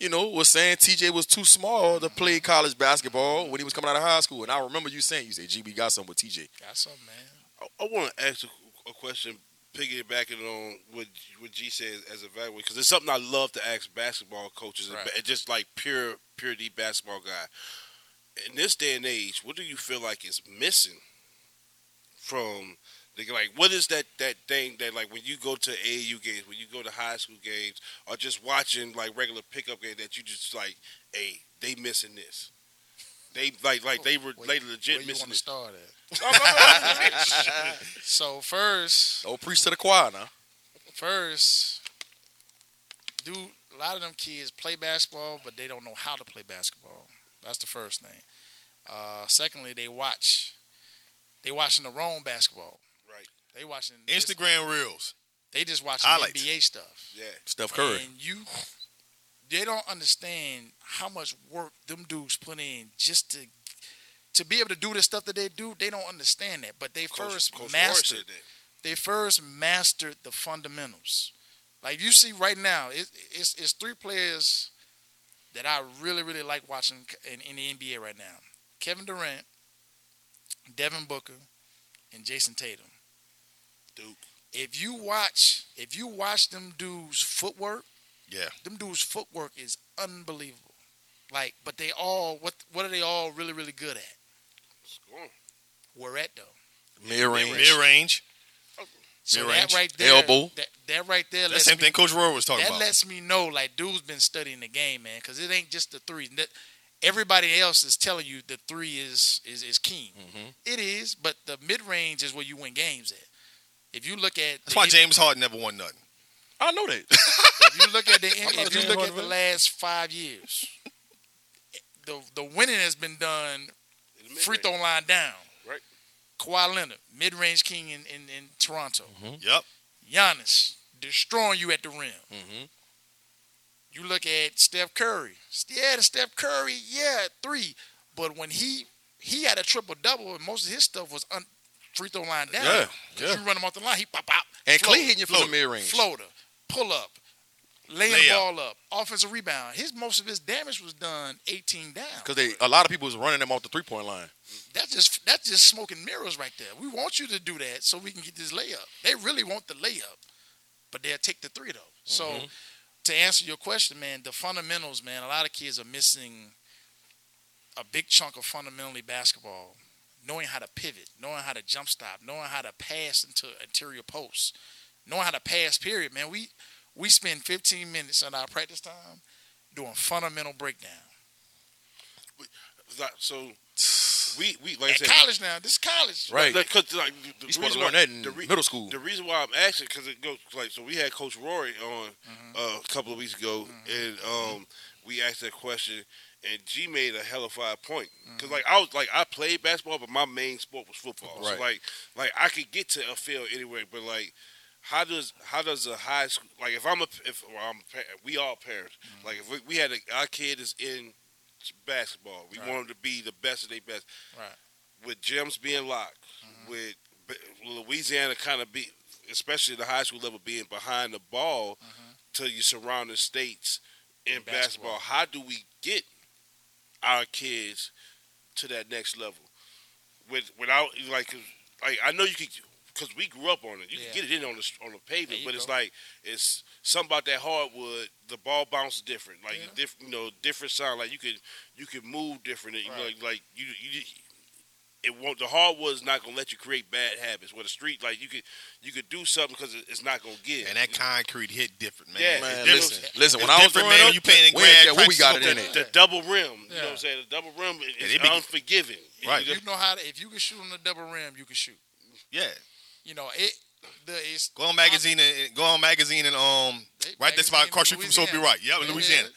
[SPEAKER 3] you know, was saying TJ was too small to play college basketball when he was coming out of high school. And I remember you saying, you said, GB got something with TJ.
[SPEAKER 1] got something, man.
[SPEAKER 4] I, I want to ask a, a question, piggybacking on what what G says as a evaluate, because it's something I love to ask basketball coaches,
[SPEAKER 1] Right.
[SPEAKER 4] and just like pure pure deep basketball guy. In this day and age, what do you feel like is missing from the like? What is that that thing that like when you go to AAU games, when you go to high school games, or just watching like regular pickup games that you just like, hey, they missing this. They like like they were they
[SPEAKER 1] Oh, Where
[SPEAKER 4] legit
[SPEAKER 1] you
[SPEAKER 4] missing
[SPEAKER 1] want to
[SPEAKER 4] this.
[SPEAKER 1] start at?
[SPEAKER 4] *laughs*
[SPEAKER 1] so first,
[SPEAKER 3] Oh, preach to the choir now.
[SPEAKER 1] first, do a lot of them kids play basketball, but they don't know how to play basketball. That's the first thing. Uh, secondly, they watch. They watching the wrong basketball.
[SPEAKER 4] Right.
[SPEAKER 1] They watching this-
[SPEAKER 2] Instagram reels.
[SPEAKER 1] They just watching
[SPEAKER 2] Highlights.
[SPEAKER 1] NBA stuff.
[SPEAKER 4] Yeah.
[SPEAKER 3] Steph Curry.
[SPEAKER 1] And you, they don't understand how much work them dudes put in just to to be able to do the stuff that they do. They don't understand that, but they
[SPEAKER 4] Coach-
[SPEAKER 1] first
[SPEAKER 4] Coach Warren
[SPEAKER 1] master
[SPEAKER 4] said that.
[SPEAKER 1] they first mastered the fundamentals. Like you see right now, it, it's it's three players that I really really like watching in, in the NBA right now: Kevin Durant, Devin Booker, and Jason Tatum.
[SPEAKER 4] Duke.
[SPEAKER 1] If you watch, if you watch them dudes' footwork,
[SPEAKER 2] Yeah.
[SPEAKER 1] them dudes' footwork is unbelievable. Like, but they all what what are they all really really good at?
[SPEAKER 4] Scoring.
[SPEAKER 1] We're at though.
[SPEAKER 3] Mid range.
[SPEAKER 2] Mid range.
[SPEAKER 1] So
[SPEAKER 2] Mid-range,
[SPEAKER 1] that right there,
[SPEAKER 3] elbow.
[SPEAKER 1] that, that right there,
[SPEAKER 2] That
[SPEAKER 1] lets
[SPEAKER 2] same
[SPEAKER 1] me
[SPEAKER 2] thing Coach Roy was talking
[SPEAKER 1] that
[SPEAKER 2] about.
[SPEAKER 1] lets me know like dude's been studying the game, man, because it ain't just the threes. That- everybody else is telling you the three is is is king.
[SPEAKER 2] Mm-hmm.
[SPEAKER 3] Mhm.
[SPEAKER 1] It is, but the mid range is where you win games at. If you look at
[SPEAKER 2] That's
[SPEAKER 1] the-
[SPEAKER 2] why James Harden never won nothing.
[SPEAKER 3] I know that.
[SPEAKER 1] if you look at the
[SPEAKER 3] thought
[SPEAKER 1] if
[SPEAKER 3] James
[SPEAKER 1] you look
[SPEAKER 3] Harden
[SPEAKER 1] at the
[SPEAKER 3] was-
[SPEAKER 1] last five years, the the winning has been done
[SPEAKER 4] In the mid-range.
[SPEAKER 1] free throw line down.
[SPEAKER 4] Right.
[SPEAKER 1] Kawhi Leonard, mid range king in, in, in Toronto.
[SPEAKER 2] Yep.
[SPEAKER 1] Giannis destroying you at the rim.
[SPEAKER 3] Mm-hmm.
[SPEAKER 1] You look at Steph Curry. Yeah, the Steph Curry, yeah, three. But when he he had a triple double, and most of his stuff was un- free throw line down.
[SPEAKER 3] Yeah,
[SPEAKER 1] 'Cause
[SPEAKER 3] yeah.
[SPEAKER 1] You run him off the line, he pop out.
[SPEAKER 3] And
[SPEAKER 1] Float,
[SPEAKER 3] Clay hitting you from the
[SPEAKER 2] float,
[SPEAKER 3] mid range.
[SPEAKER 1] Floater, pull up, laying the
[SPEAKER 2] Layup.
[SPEAKER 1] ball up, offensive rebound. His most of his damage was done 18 down.
[SPEAKER 3] Because they a lot of people was running them off the three point line.
[SPEAKER 1] That's just that's just smoking mirrors right there. We want you to do that so we can get this layup. They really want the layup, but they'll take the three though. So to answer your question, man, the fundamentals, man, a lot of kids are missing a big chunk of fundamentally basketball. Knowing how to pivot, knowing how to jump stop, knowing how to pass into interior posts, knowing how to pass period, man. We we spend 15 minutes in our practice time doing fundamental breakdown.
[SPEAKER 4] Like,
[SPEAKER 1] *sighs*
[SPEAKER 4] So we we like I
[SPEAKER 1] At
[SPEAKER 4] said,
[SPEAKER 1] college now, this is college.
[SPEAKER 3] Right.
[SPEAKER 4] Like, 'cause, like, the- the
[SPEAKER 3] You supposed
[SPEAKER 4] reason
[SPEAKER 3] to
[SPEAKER 4] why-
[SPEAKER 3] learn that in
[SPEAKER 4] the re-
[SPEAKER 3] middle school.
[SPEAKER 4] The reason why I'm asking because it goes like so. We had Coach Rory on
[SPEAKER 3] Mm-hmm.
[SPEAKER 4] uh, a couple of weeks ago, and um, we asked that question, and G made a hell of a point
[SPEAKER 3] Mm-hmm.
[SPEAKER 4] because like I was like I played basketball, but my main sport was football.
[SPEAKER 3] Right.
[SPEAKER 4] So like like I could get to a field anywhere, but like. How does how does a high school like if I'm a if well, I'm a parent, we all parents
[SPEAKER 3] Mm-hmm.
[SPEAKER 4] like if we, we had a, our kid is in basketball we
[SPEAKER 1] Right.
[SPEAKER 4] want them to be the best of their best
[SPEAKER 1] Right.
[SPEAKER 4] with gyms being locked
[SPEAKER 1] Mm-hmm.
[SPEAKER 4] with B- Louisiana kind of be, especially the high school level, being behind the ball to your surrounding states in,
[SPEAKER 1] Mm-hmm. In
[SPEAKER 4] basketball.
[SPEAKER 1] basketball.
[SPEAKER 4] How do we get our kids to that next level with without like 'cause, like I know you could because we grew up on it. You
[SPEAKER 1] Yeah.
[SPEAKER 4] can get it in on the on the
[SPEAKER 1] There
[SPEAKER 4] pavement,
[SPEAKER 1] you
[SPEAKER 4] but it's
[SPEAKER 1] go.
[SPEAKER 4] like it's something about that hardwood. The ball bounces different, like
[SPEAKER 1] Yeah.
[SPEAKER 4] diff, you know, different sound. Like you could you could move different. and, you know,
[SPEAKER 1] Right.
[SPEAKER 4] Like you you it won't. The hardwood's not gonna let you create bad habits. Where the street, like you could you could do something because it's not gonna give.
[SPEAKER 2] And that concrete hit different, man.
[SPEAKER 4] Yeah.
[SPEAKER 2] It's
[SPEAKER 3] Man,
[SPEAKER 2] different.
[SPEAKER 3] listen, listen. When
[SPEAKER 2] It's
[SPEAKER 3] I was
[SPEAKER 2] different,
[SPEAKER 3] growing
[SPEAKER 2] man,
[SPEAKER 3] up,
[SPEAKER 2] when you playing in
[SPEAKER 3] we didn't
[SPEAKER 2] grad
[SPEAKER 3] care what we
[SPEAKER 2] practice,
[SPEAKER 3] got it
[SPEAKER 2] okay.
[SPEAKER 3] in it.
[SPEAKER 4] the double rim, you know what
[SPEAKER 1] Yeah.
[SPEAKER 4] I'm saying? The double rim is
[SPEAKER 2] they be-
[SPEAKER 4] unforgiving.
[SPEAKER 2] Right.
[SPEAKER 1] You know how to, if you can shoot on the double rim, you can shoot.
[SPEAKER 2] Yeah.
[SPEAKER 1] You know it. The it's
[SPEAKER 2] Go on magazine and go on magazine and um
[SPEAKER 1] They-
[SPEAKER 2] right that's about
[SPEAKER 1] magazine
[SPEAKER 2] across
[SPEAKER 1] in
[SPEAKER 2] street from Sophie
[SPEAKER 1] Louisiana.
[SPEAKER 2] Right. Yep, in
[SPEAKER 1] They-
[SPEAKER 2] Louisiana.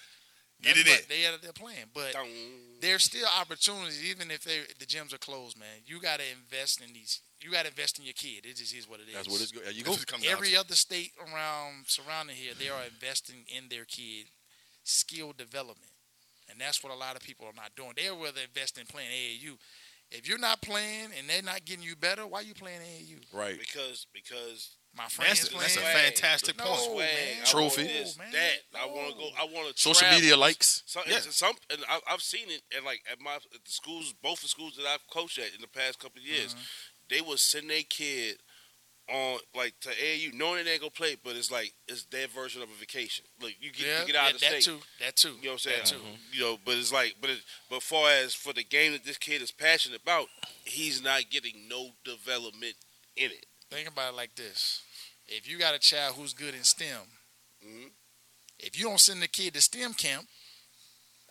[SPEAKER 2] Get it
[SPEAKER 1] nothing
[SPEAKER 2] in.
[SPEAKER 1] but They had their plan, but
[SPEAKER 4] Dun.
[SPEAKER 1] there's still opportunities even if they the gyms are closed, man. You got to invest in these. You got to invest in your kid. It just is what it is.
[SPEAKER 3] That's what it's good. You
[SPEAKER 2] That's
[SPEAKER 3] go.
[SPEAKER 2] what it comes down
[SPEAKER 1] Every
[SPEAKER 2] to.
[SPEAKER 1] other state around surrounding here, they are investing in their kid skill development, and that's what a lot of people are not doing. They're rather invest in playing AAU. If you're not playing and they're not getting you better, why you playing AAU?
[SPEAKER 3] Right.
[SPEAKER 4] because because
[SPEAKER 1] My friends
[SPEAKER 2] That's,
[SPEAKER 1] playing.
[SPEAKER 2] that's a
[SPEAKER 4] Swag.
[SPEAKER 2] fantastic
[SPEAKER 1] No.
[SPEAKER 2] point.
[SPEAKER 1] Oh,
[SPEAKER 4] swag,
[SPEAKER 1] man.
[SPEAKER 4] I
[SPEAKER 3] Trophy.
[SPEAKER 4] want this,
[SPEAKER 1] No, man.
[SPEAKER 4] that I want to go.
[SPEAKER 1] No.
[SPEAKER 4] I want to
[SPEAKER 3] Social media likes.
[SPEAKER 4] So,
[SPEAKER 2] Yeah.
[SPEAKER 4] it's some and I, I've seen it, and like at my at the schools, both the schools that I've coached at in the past couple of years,
[SPEAKER 1] Mm-hmm.
[SPEAKER 4] they will send their kid on like to AAU, knowing they ain't gonna play, but it's like it's their version of a vacation. Look, you get
[SPEAKER 1] Yeah,
[SPEAKER 4] you get out
[SPEAKER 1] that,
[SPEAKER 4] of the
[SPEAKER 1] that
[SPEAKER 4] state.
[SPEAKER 1] too. That too.
[SPEAKER 4] You know what I'm saying?
[SPEAKER 1] That too.
[SPEAKER 4] You know, but it's like, but it, but far as for the game that this kid is passionate about, he's not getting no development in it.
[SPEAKER 1] Think about it like this: if you got a child who's good in STEM,
[SPEAKER 4] Mhm.
[SPEAKER 1] if you don't send the kid to STEM camp,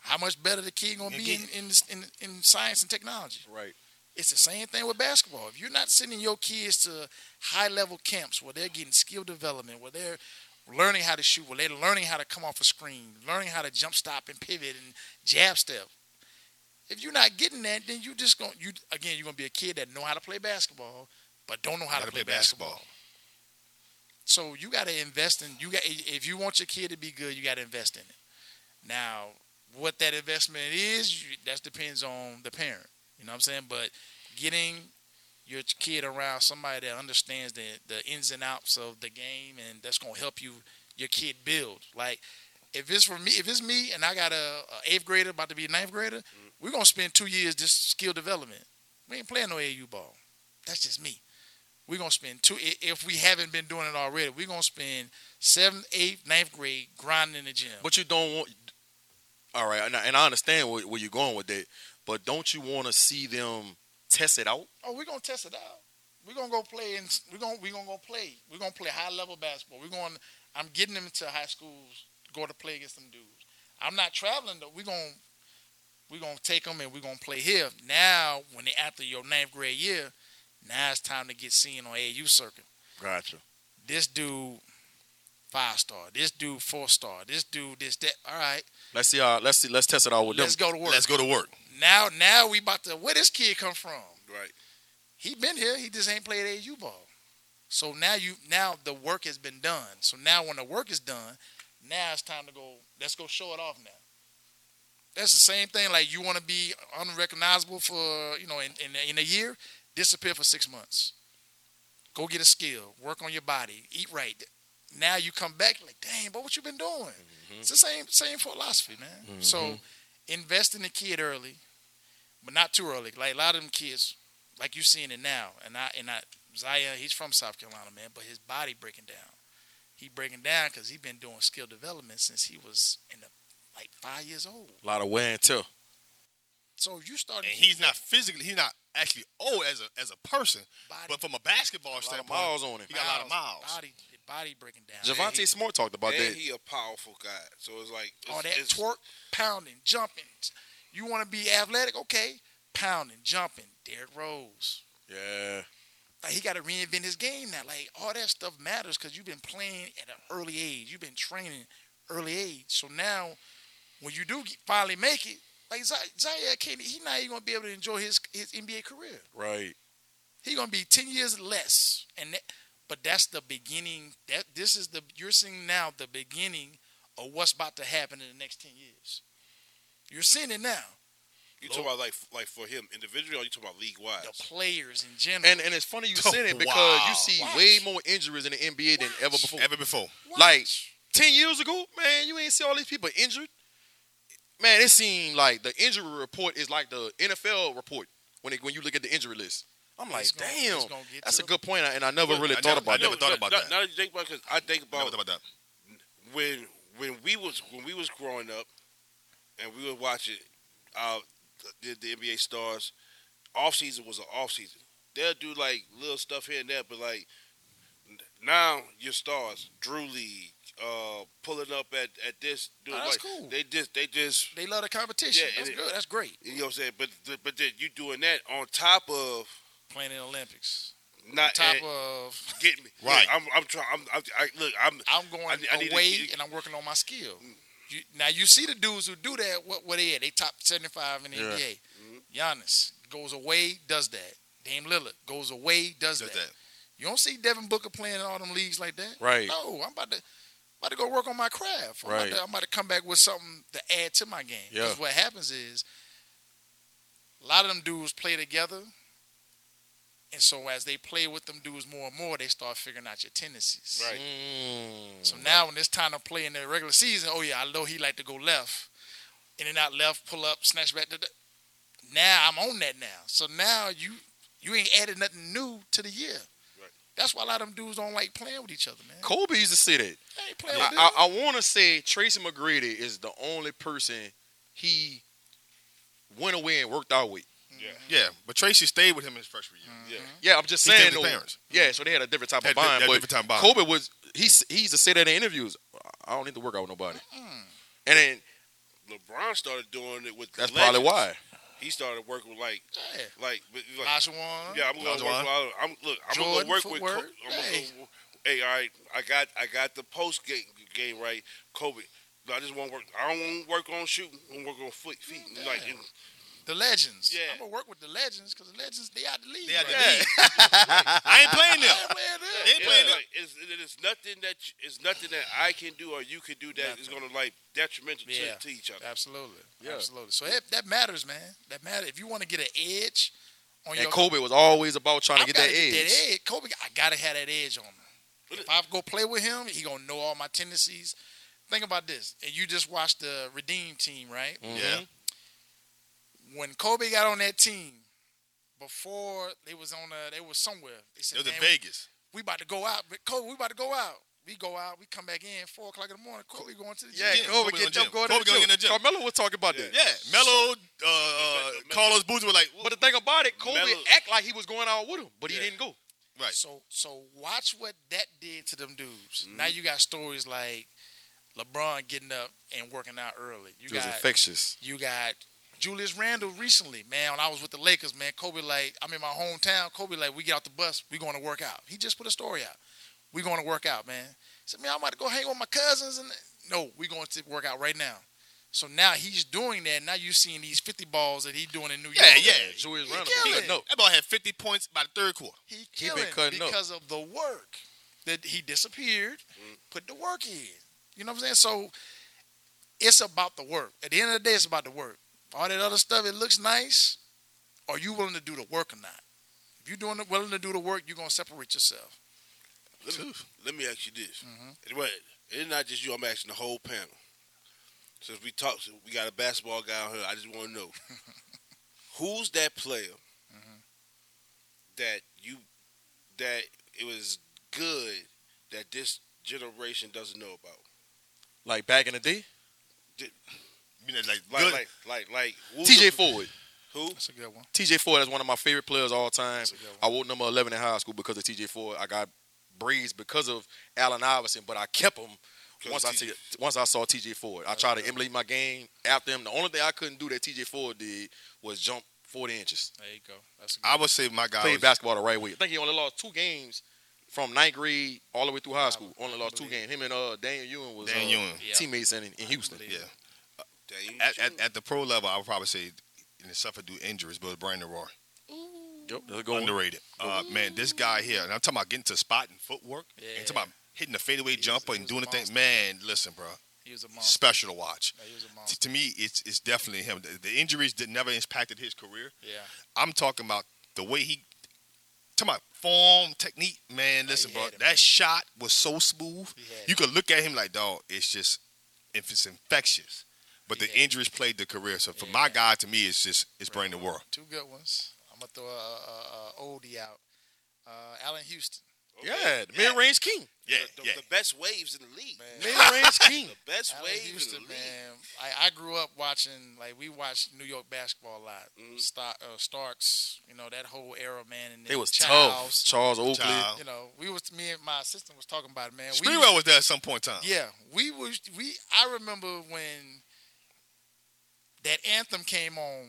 [SPEAKER 1] how much better the kid gonna be in, in, this- in in science and technology?
[SPEAKER 3] Right.
[SPEAKER 1] It's the same thing with basketball. If you're not sending your kids to high level camps where they're getting skill development, where they're learning how to shoot, where they're learning how to come off a screen, learning how to jump stop and pivot and jab step. If you're not getting that, then you just going to you again you're gonna be a kid that know how to play basketball, but don't know how,
[SPEAKER 2] How
[SPEAKER 1] to, play, basketball. So you got to invest in you got if you want your kid to be good, you got to invest in it. Now, what that investment is, you, that depends on the parent. You know what I'm saying? But getting your kid around somebody that understands the the ins and outs of the game and that's going to help you your kid build. Like if it's for me, if it's me and I got a, a eighth grader about to be a ninth grader, we're gonna spend two years just skill development. We ain't playing no AU ball. That's just me. We're gonna spend two i- if we haven't been doing it already. We're gonna spend seventh, eighth, ninth grade grinding in the gym.
[SPEAKER 3] But you don't want. All right, and I, and I understand where, where you're going with that, but don't you want to see them test it out?
[SPEAKER 1] oh, we're gonna test it out. We're gonna go play and we're gonna we're gonna go play. We're gonna play high level basketball. We're going I'm getting them to high schools, go to play against them dudes. I'm not traveling though. We're gonna We're gonna take them and we're gonna play here. Now, when they after your ninth grade year, now it's time to get seen on AU circuit.
[SPEAKER 4] Gotcha.
[SPEAKER 1] This dude, five star. This dude, four star. This dude, this that. All right,
[SPEAKER 3] Let's see. Uh, let's see. Let's test it out with them.
[SPEAKER 1] let's go to work.
[SPEAKER 2] Let's go to work.
[SPEAKER 1] Now, now we about to. Where this kid come from?
[SPEAKER 4] Right.
[SPEAKER 1] He been here. He just ain't played AU ball. So now you now the work has been done. So now when the work is done, now it's time to go. Let's go show it off now. That's the same thing. Like you want to be unrecognizable for you know in, in in a year, disappear for six months. Go get a skill. Work on your body. Eat right. Now you come back like, dang, but what you been doing? It's the same same philosophy, man. So invest in the kid early, but not too early. Like a lot of them kids, like you seeing it now, and I and I Zaya, he's from South Carolina, man, but his body breaking down. He breaking down because he been doing skill development since he was in the like five years old.
[SPEAKER 3] A lot of wear and tear.
[SPEAKER 1] So you
[SPEAKER 2] And
[SPEAKER 1] started
[SPEAKER 2] he's not physically, he's not actually old as a as a person,
[SPEAKER 1] body,
[SPEAKER 2] but from a basketball
[SPEAKER 3] A lot of
[SPEAKER 2] standpoint,
[SPEAKER 3] miles on him.
[SPEAKER 2] he got a lot of miles.
[SPEAKER 1] body, body breaking down.
[SPEAKER 3] Javante
[SPEAKER 4] he-
[SPEAKER 3] Smart talked about that.
[SPEAKER 4] and he a powerful guy, so it's like it's,
[SPEAKER 1] All Oh, that
[SPEAKER 4] it's-
[SPEAKER 1] twerk, pounding, jumping. You want to be athletic, okay? Pounding, jumping. Derrick Rose.
[SPEAKER 3] yeah.
[SPEAKER 1] Like he got to reinvent his game now. Like all that stuff matters because you've been playing at an early age. You've been training early age. So now, when you do get- finally make it, like Zay- Zaire can't. He's not even gonna be able to enjoy his his NBA career.
[SPEAKER 3] Right.
[SPEAKER 1] He gonna be ten years less. And that, but that's the beginning. That this is the you're seeing now the beginning of what's about to happen in the next ten years. You're seeing it now.
[SPEAKER 4] You talking about like like for him individually, or you talking about league wide?
[SPEAKER 1] The players in general.
[SPEAKER 3] And and
[SPEAKER 1] *laughs*
[SPEAKER 3] it's funny you said it because
[SPEAKER 2] Wow.
[SPEAKER 3] you see
[SPEAKER 1] Oh, Watch.
[SPEAKER 3] way more injuries in the NBA than ever
[SPEAKER 1] Watch.
[SPEAKER 3] before.
[SPEAKER 2] Ever before,
[SPEAKER 3] like- Ten years ago, man, you ain't see all these people injured. Man, it seemed like the injury report is like the NFL report when it, when you look at the injury list. I'm like,
[SPEAKER 1] It's gonna- it's
[SPEAKER 3] damn,
[SPEAKER 1] gonna get
[SPEAKER 3] that's
[SPEAKER 1] to
[SPEAKER 3] a good point, and I never really
[SPEAKER 2] I
[SPEAKER 3] thought
[SPEAKER 2] never- I
[SPEAKER 3] about
[SPEAKER 2] never
[SPEAKER 3] that.
[SPEAKER 2] thought about
[SPEAKER 4] now,
[SPEAKER 2] that.
[SPEAKER 4] Now that you think about, because I think
[SPEAKER 2] Never
[SPEAKER 4] about
[SPEAKER 2] thought about that.
[SPEAKER 4] when when we was when we was growing up, and we would watch it. Uh, the, the NBA stars off season was an off season. They'll do like little stuff here and there, but like n- now your stars, Drew League, uh, pulling up at at this. Doing,
[SPEAKER 1] Oh, that's
[SPEAKER 4] like,
[SPEAKER 1] cool.
[SPEAKER 4] They just they just
[SPEAKER 1] They love the competition.
[SPEAKER 4] Yeah,
[SPEAKER 1] that's
[SPEAKER 4] it-
[SPEAKER 1] good. That's great.
[SPEAKER 4] you know what I'm saying. But th- but then you doing that on top of
[SPEAKER 1] Playing in the Olympics.
[SPEAKER 4] not
[SPEAKER 1] top
[SPEAKER 4] and-
[SPEAKER 1] of
[SPEAKER 4] get me
[SPEAKER 2] Right.
[SPEAKER 4] Look, I'm I'm trying. I'm, I'm I, look. I'm
[SPEAKER 1] I'm going
[SPEAKER 4] I need- I need to
[SPEAKER 1] away
[SPEAKER 4] get-
[SPEAKER 1] and I'm working on my skill. You, now you see the dudes who do that. What what they at? They top 75 in the
[SPEAKER 3] Yeah.
[SPEAKER 1] NBA. Giannis goes away, does that. Dame Lillard goes away, does,
[SPEAKER 2] Does
[SPEAKER 1] that.
[SPEAKER 2] that.
[SPEAKER 1] You don't see Devin Booker playing in all them leagues like that.
[SPEAKER 3] Right.
[SPEAKER 1] No, I'm about to about to go work on my craft. I'm,
[SPEAKER 3] Right.
[SPEAKER 1] about, to, I'm about to come back with something to add to my game.
[SPEAKER 3] Yeah.
[SPEAKER 1] what happens is a lot of them dudes play together. And so as they play with them dudes more and more, they start figuring out your tendencies.
[SPEAKER 4] Right.
[SPEAKER 3] Mm.
[SPEAKER 1] So now when it's time to play in the regular season, oh yeah, I know he like to go left, in and out left, pull up, snatch back. da- da. Now I'm on that now. So now you you ain't added nothing new to the year.
[SPEAKER 4] Right.
[SPEAKER 1] That's why a lot of them dudes don't like playing with each other, man.
[SPEAKER 3] Kobe used to say that.
[SPEAKER 1] They ain't playing with
[SPEAKER 3] I, I, I want to say Tracy McGrady is the only person he went away and worked out with.
[SPEAKER 1] Mm-hmm.
[SPEAKER 2] Yeah, but Tracy stayed with him his freshman year.
[SPEAKER 4] yeah.
[SPEAKER 3] Yeah, I'm just
[SPEAKER 2] He stayed
[SPEAKER 3] saying.
[SPEAKER 2] with
[SPEAKER 3] Though,
[SPEAKER 2] his parents.
[SPEAKER 3] yeah, so they had a different type
[SPEAKER 2] Had
[SPEAKER 3] of
[SPEAKER 2] a di- had
[SPEAKER 3] bond.
[SPEAKER 2] a
[SPEAKER 3] but
[SPEAKER 2] different type of bond.
[SPEAKER 3] Kobe was he s- he used to say that in interviews. "I- I don't need to work out with nobody. And then
[SPEAKER 4] LeBron started doing it with. the
[SPEAKER 3] that's probably
[SPEAKER 4] legends.
[SPEAKER 3] why.
[SPEAKER 4] he started working with like
[SPEAKER 1] yeah.
[SPEAKER 4] like but, like
[SPEAKER 1] Olajuwon,
[SPEAKER 4] yeah. I'm gonna work.
[SPEAKER 2] Lonzo Ball.
[SPEAKER 4] With, all- I'm look. I'm
[SPEAKER 1] Jordan,
[SPEAKER 4] gonna work with.
[SPEAKER 1] footwork.
[SPEAKER 4] Co- I'm gonna
[SPEAKER 1] Hey.
[SPEAKER 4] go- hey, all right. I got I got the post game, game right. Kobe. I just want to work. I don't want to work on shooting. I want to work on foot, feet. Like and,
[SPEAKER 1] the legends.
[SPEAKER 4] Yeah.
[SPEAKER 1] I'm gonna work with the legends because the legends they out the league.
[SPEAKER 2] They had to
[SPEAKER 1] right?
[SPEAKER 2] leave. *laughs* I ain't playing them.
[SPEAKER 1] Yeah, man, yeah.
[SPEAKER 2] They ain't playing
[SPEAKER 4] yeah,
[SPEAKER 2] them.
[SPEAKER 4] like, it's, it- it's nothing that you- it's nothing that I can do or you can do that is gonna like detrimental
[SPEAKER 1] Yeah.
[SPEAKER 4] to, to each other.
[SPEAKER 1] Absolutely,
[SPEAKER 3] Yeah.
[SPEAKER 1] absolutely. So that, that matters, man. That matters. If you want to get an edge on
[SPEAKER 3] And
[SPEAKER 1] your
[SPEAKER 3] Kobe was always about trying to
[SPEAKER 1] I
[SPEAKER 3] get that
[SPEAKER 1] gotta
[SPEAKER 3] edge.
[SPEAKER 1] that edge. Kobe, I gotta have that edge on him. If I go play with him, he gonna know all my tendencies. Think about this, and you just watched the Redeem team, right?
[SPEAKER 3] Mm-hmm.
[SPEAKER 2] Yeah, Mm.
[SPEAKER 1] When Kobe got on that team, before they was on, a, they was somewhere. They
[SPEAKER 2] it
[SPEAKER 1] said,
[SPEAKER 2] was in
[SPEAKER 1] "Man,
[SPEAKER 2] Vegas.
[SPEAKER 1] we about to go out, but Kobe, we about to go out. We go out, we come back in four o'clock in the morning. Kobe going to the gym.
[SPEAKER 3] Yeah,
[SPEAKER 2] Yeah, Kobe
[SPEAKER 3] Kobe, get
[SPEAKER 2] on
[SPEAKER 3] them
[SPEAKER 2] gym.
[SPEAKER 3] going
[SPEAKER 2] Kobe
[SPEAKER 3] to the
[SPEAKER 2] gonna
[SPEAKER 3] gym.
[SPEAKER 2] get in the gym.
[SPEAKER 3] Carmelo was talking about that.
[SPEAKER 2] Yeah, Melo, uh, uh, Carlos Boozer were like,
[SPEAKER 3] But the thing about it, Kobe
[SPEAKER 4] Melo-
[SPEAKER 3] act like he was going out with him, but
[SPEAKER 4] Yeah.
[SPEAKER 3] he didn't go.
[SPEAKER 2] right.
[SPEAKER 1] So so watch what that did to them dudes. Now
[SPEAKER 2] Mm-hmm.
[SPEAKER 1] you got stories like LeBron getting up and working out early. You got
[SPEAKER 3] infectious.
[SPEAKER 1] You got Julius Randle recently, man, when I was with the Lakers, man, Kobe like, I'm in my hometown. Kobe like, we get out the bus, we going to work out. He just put a story out. We going to work out, man. He said, man, I'm about to go hang with my cousins. And no, we going to work out right now. So now he's doing that. Now you're seeing these 50 balls that he's doing in New York.
[SPEAKER 2] Yeah, yeah.
[SPEAKER 3] Julius
[SPEAKER 1] He
[SPEAKER 3] Randle.
[SPEAKER 1] killing
[SPEAKER 3] been
[SPEAKER 1] it.
[SPEAKER 3] cutting up.
[SPEAKER 2] That boy had 50 points by the third quarter.
[SPEAKER 1] He
[SPEAKER 3] He been
[SPEAKER 1] killing
[SPEAKER 3] cutting up.
[SPEAKER 1] because of the work that he disappeared, put the work in. You know what I'm saying? So it's about the work. At the end of the day, it's about the work. All that other stuff, it looks nice. Are you willing to do the work or not? If you're doing willing to do the work, you're gonna separate yourself.
[SPEAKER 4] Let me, let me ask you this. Wait, it's not just you. I'm asking the whole panel. Since we talked, we got a basketball guy on here. I just want to know who's that player that you that it was good that this generation doesn't know about.
[SPEAKER 3] Like back in the day,
[SPEAKER 2] You know, like,
[SPEAKER 4] Like,
[SPEAKER 2] good.
[SPEAKER 4] like, like, like who's
[SPEAKER 3] TJ
[SPEAKER 4] the-
[SPEAKER 3] Ford.
[SPEAKER 4] Who?
[SPEAKER 1] That's a good one.
[SPEAKER 3] TJ Ford is one of my favorite players of all time.
[SPEAKER 1] That's a good one.
[SPEAKER 3] I wore number 11 in high school because of TJ Ford. I got braids because of Allen Iverson, but I kept him once I, see, once I saw TJ Ford. I tried to emulate my game after him. The only thing I couldn't do that TJ Ford did was jump 40 inches.
[SPEAKER 1] There you go. That's a good
[SPEAKER 2] I would say my guy
[SPEAKER 3] Played
[SPEAKER 2] was,
[SPEAKER 3] basketball the right way. I think he only lost two games from ninth grade all the way through high school. Only lost two
[SPEAKER 1] believe
[SPEAKER 3] games. Him and uh, Daniel Ewan was
[SPEAKER 2] Dan
[SPEAKER 3] uh,
[SPEAKER 2] Ewing.
[SPEAKER 1] Yeah.
[SPEAKER 3] teammates in, in Houston.
[SPEAKER 1] believe
[SPEAKER 2] Yeah.
[SPEAKER 1] it.
[SPEAKER 4] Damn, you-
[SPEAKER 2] At, at, at the pro level, I would probably say, and it suffered due injuries, but Brandon Roy.
[SPEAKER 3] Yep, that's a good one.
[SPEAKER 2] Underrated. Uh, man, this guy here, and I'm talking about getting to the spot and footwork,
[SPEAKER 1] Yeah.
[SPEAKER 2] and talking about hitting the fadeaway
[SPEAKER 1] was-
[SPEAKER 2] jumper
[SPEAKER 1] he
[SPEAKER 2] and
[SPEAKER 1] was
[SPEAKER 2] doing
[SPEAKER 1] a
[SPEAKER 2] the thing.
[SPEAKER 1] monster.
[SPEAKER 2] Man, listen, bro,
[SPEAKER 1] He was a monster.
[SPEAKER 2] special to watch.
[SPEAKER 1] Yeah, he was a
[SPEAKER 2] T-
[SPEAKER 1] monster.
[SPEAKER 2] to me, it's it's definitely him. The, the injuries that never impacted his career.
[SPEAKER 1] Yeah.
[SPEAKER 2] I'm talking about the way he, talking about form, technique. Man, listen,
[SPEAKER 1] he
[SPEAKER 2] bro,
[SPEAKER 1] had it,
[SPEAKER 2] that shot was so smooth.
[SPEAKER 1] He had
[SPEAKER 2] You could look at him like, dog, it's just if it's infectious. But the
[SPEAKER 1] He had it.
[SPEAKER 2] injuries played the career. So for
[SPEAKER 1] Yeah.
[SPEAKER 2] my guy, to me, it's just it's
[SPEAKER 1] Brandon
[SPEAKER 2] Brandon Roy.
[SPEAKER 1] Two good ones. I'm gonna throw a, a, a oldie out. Uh, Allen Houston.
[SPEAKER 3] Yeah, the mid-range *laughs* king.
[SPEAKER 2] Yeah,
[SPEAKER 4] the,
[SPEAKER 2] yeah.
[SPEAKER 4] the best waves in the league.
[SPEAKER 1] Man.
[SPEAKER 3] Mid-range king.
[SPEAKER 4] The best
[SPEAKER 1] Allen
[SPEAKER 4] waves
[SPEAKER 1] Houston,
[SPEAKER 4] in the league.
[SPEAKER 1] man. I, I grew up watching like we watched New York basketball a lot.
[SPEAKER 4] Mhm.
[SPEAKER 1] Star, uh, Starks, you know that whole era, man. And
[SPEAKER 3] Mm-hmm. They was tough.
[SPEAKER 1] Childs,
[SPEAKER 3] Charles Oakley.
[SPEAKER 2] Child.
[SPEAKER 1] You know, we was me and my assistant was talking about it, man. We
[SPEAKER 2] Sprewell was there at some point in time.
[SPEAKER 1] yeah, we was we. I remember when that anthem came on.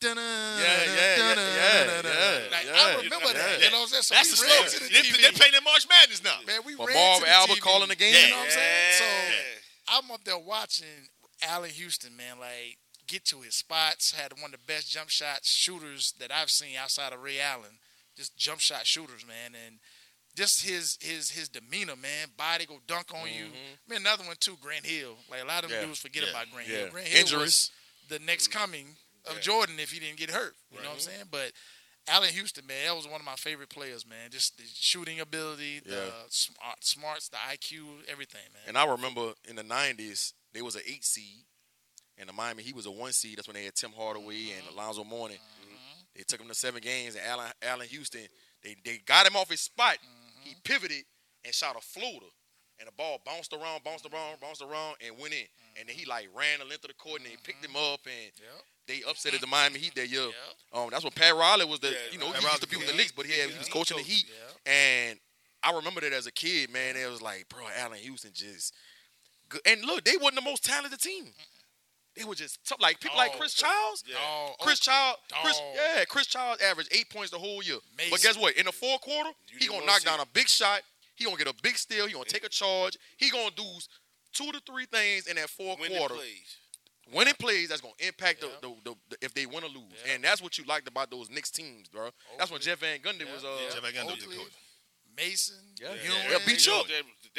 [SPEAKER 1] Yeah,
[SPEAKER 3] Yeah, yeah, yeah, yeah, yeah,
[SPEAKER 1] Like,
[SPEAKER 3] yeah.
[SPEAKER 1] I remember that.
[SPEAKER 3] Yeah.
[SPEAKER 1] You know what I'm saying? So
[SPEAKER 2] That's
[SPEAKER 1] we
[SPEAKER 2] the
[SPEAKER 1] ran
[SPEAKER 2] slogan.
[SPEAKER 1] to the
[SPEAKER 2] They,
[SPEAKER 1] TV.
[SPEAKER 2] they playing in March Madness now.
[SPEAKER 1] Man, we
[SPEAKER 3] But
[SPEAKER 1] ran
[SPEAKER 3] Marv
[SPEAKER 1] to the
[SPEAKER 3] Albert
[SPEAKER 1] TV.
[SPEAKER 3] calling the game.
[SPEAKER 1] You know what I'm saying? So
[SPEAKER 4] Yeah.
[SPEAKER 1] I'm up there watching Allen Houston, man, like get to his spots. Had one of the best jump shot shooters that I've seen outside of Ray Allen. Just jump shot shooters, man, and just his his his demeanor, man. Body go dunk on you. I mean, another one too, Grant Hill. Like a lot of them
[SPEAKER 3] Mm-hmm. Yeah.
[SPEAKER 1] dudes forget
[SPEAKER 2] Yeah.
[SPEAKER 1] about Grant
[SPEAKER 3] Yeah.
[SPEAKER 1] Hill. Grant Hill
[SPEAKER 3] Injuries. Mm-hmm.
[SPEAKER 1] was the next coming of
[SPEAKER 4] Yeah.
[SPEAKER 1] Jordan if he didn't get hurt. You know what I'm saying? But Allen Houston, man, that was one of my favorite players, man. Just the shooting ability, the
[SPEAKER 3] Yeah.
[SPEAKER 1] smart, smarts, the IQ, everything, man.
[SPEAKER 3] And I remember in the nineties, they was an eight seed, and the Miami Heat was a one seed. That's when they had Tim Hardaway
[SPEAKER 4] Mm-hmm.
[SPEAKER 3] and Alonzo Mourning. They took him to seven games, and Allen Allen Houston. They they got him off his spot. He
[SPEAKER 4] Mm-hmm.
[SPEAKER 3] pivoted and shot a floater, and the ball bounced around, bounced
[SPEAKER 4] Mm-hmm.
[SPEAKER 3] around, bounced around, and went in. And then he like ran the length of the court, and they picked him
[SPEAKER 4] Mm-hmm.
[SPEAKER 3] up, and
[SPEAKER 1] Yep.
[SPEAKER 3] they upset the Miami Heat that year.
[SPEAKER 1] Yep.
[SPEAKER 3] Um, that's when Pat Riley was the
[SPEAKER 4] Yeah,
[SPEAKER 3] you know
[SPEAKER 4] Pat
[SPEAKER 3] he used
[SPEAKER 2] Riley
[SPEAKER 3] to be
[SPEAKER 2] was
[SPEAKER 3] with the
[SPEAKER 2] the
[SPEAKER 3] Knicks, but yeah, he
[SPEAKER 4] Yeah.
[SPEAKER 3] was coaching the
[SPEAKER 4] Coach,
[SPEAKER 3] Heat,
[SPEAKER 1] yeah.
[SPEAKER 3] and I remember that as a kid, man. It was like, bro, Allen Houston just good. And look, they wasn't the most talented team. They were just tough. like people like
[SPEAKER 1] Dog.
[SPEAKER 3] Chris Childs.
[SPEAKER 4] Yeah.
[SPEAKER 1] Dog, Oakland,
[SPEAKER 3] Chris Child, Chris,
[SPEAKER 1] dog.
[SPEAKER 3] yeah, Chris Childs averaged eight points the whole year. But
[SPEAKER 1] Amazing.
[SPEAKER 3] guess what? In the fourth quarter,
[SPEAKER 4] You
[SPEAKER 3] he
[SPEAKER 4] didn't
[SPEAKER 3] gonna
[SPEAKER 4] wanna
[SPEAKER 3] knock
[SPEAKER 4] see
[SPEAKER 3] down
[SPEAKER 4] it.
[SPEAKER 3] a big shot. He gonna get a big steal. He gonna take a charge. He gonna do two to three things in that fourth
[SPEAKER 4] Winning
[SPEAKER 3] quarter
[SPEAKER 4] plays.
[SPEAKER 3] winning plays that's gonna impact
[SPEAKER 1] Yeah.
[SPEAKER 3] the, the, the, the if they win or lose,
[SPEAKER 1] Yeah.
[SPEAKER 3] and that's what you liked about those Knicks teams, bro. That's when
[SPEAKER 1] Oakley.
[SPEAKER 3] Jeff Van Gundy
[SPEAKER 1] Yeah.
[SPEAKER 3] was uh,
[SPEAKER 1] Yeah.
[SPEAKER 2] Jeff Van Gundy was the
[SPEAKER 1] Oakley,
[SPEAKER 2] coach.
[SPEAKER 1] Mason.
[SPEAKER 3] Yeah.
[SPEAKER 1] Ewing.
[SPEAKER 3] Yeah. Yeah, beat you up.
[SPEAKER 4] They,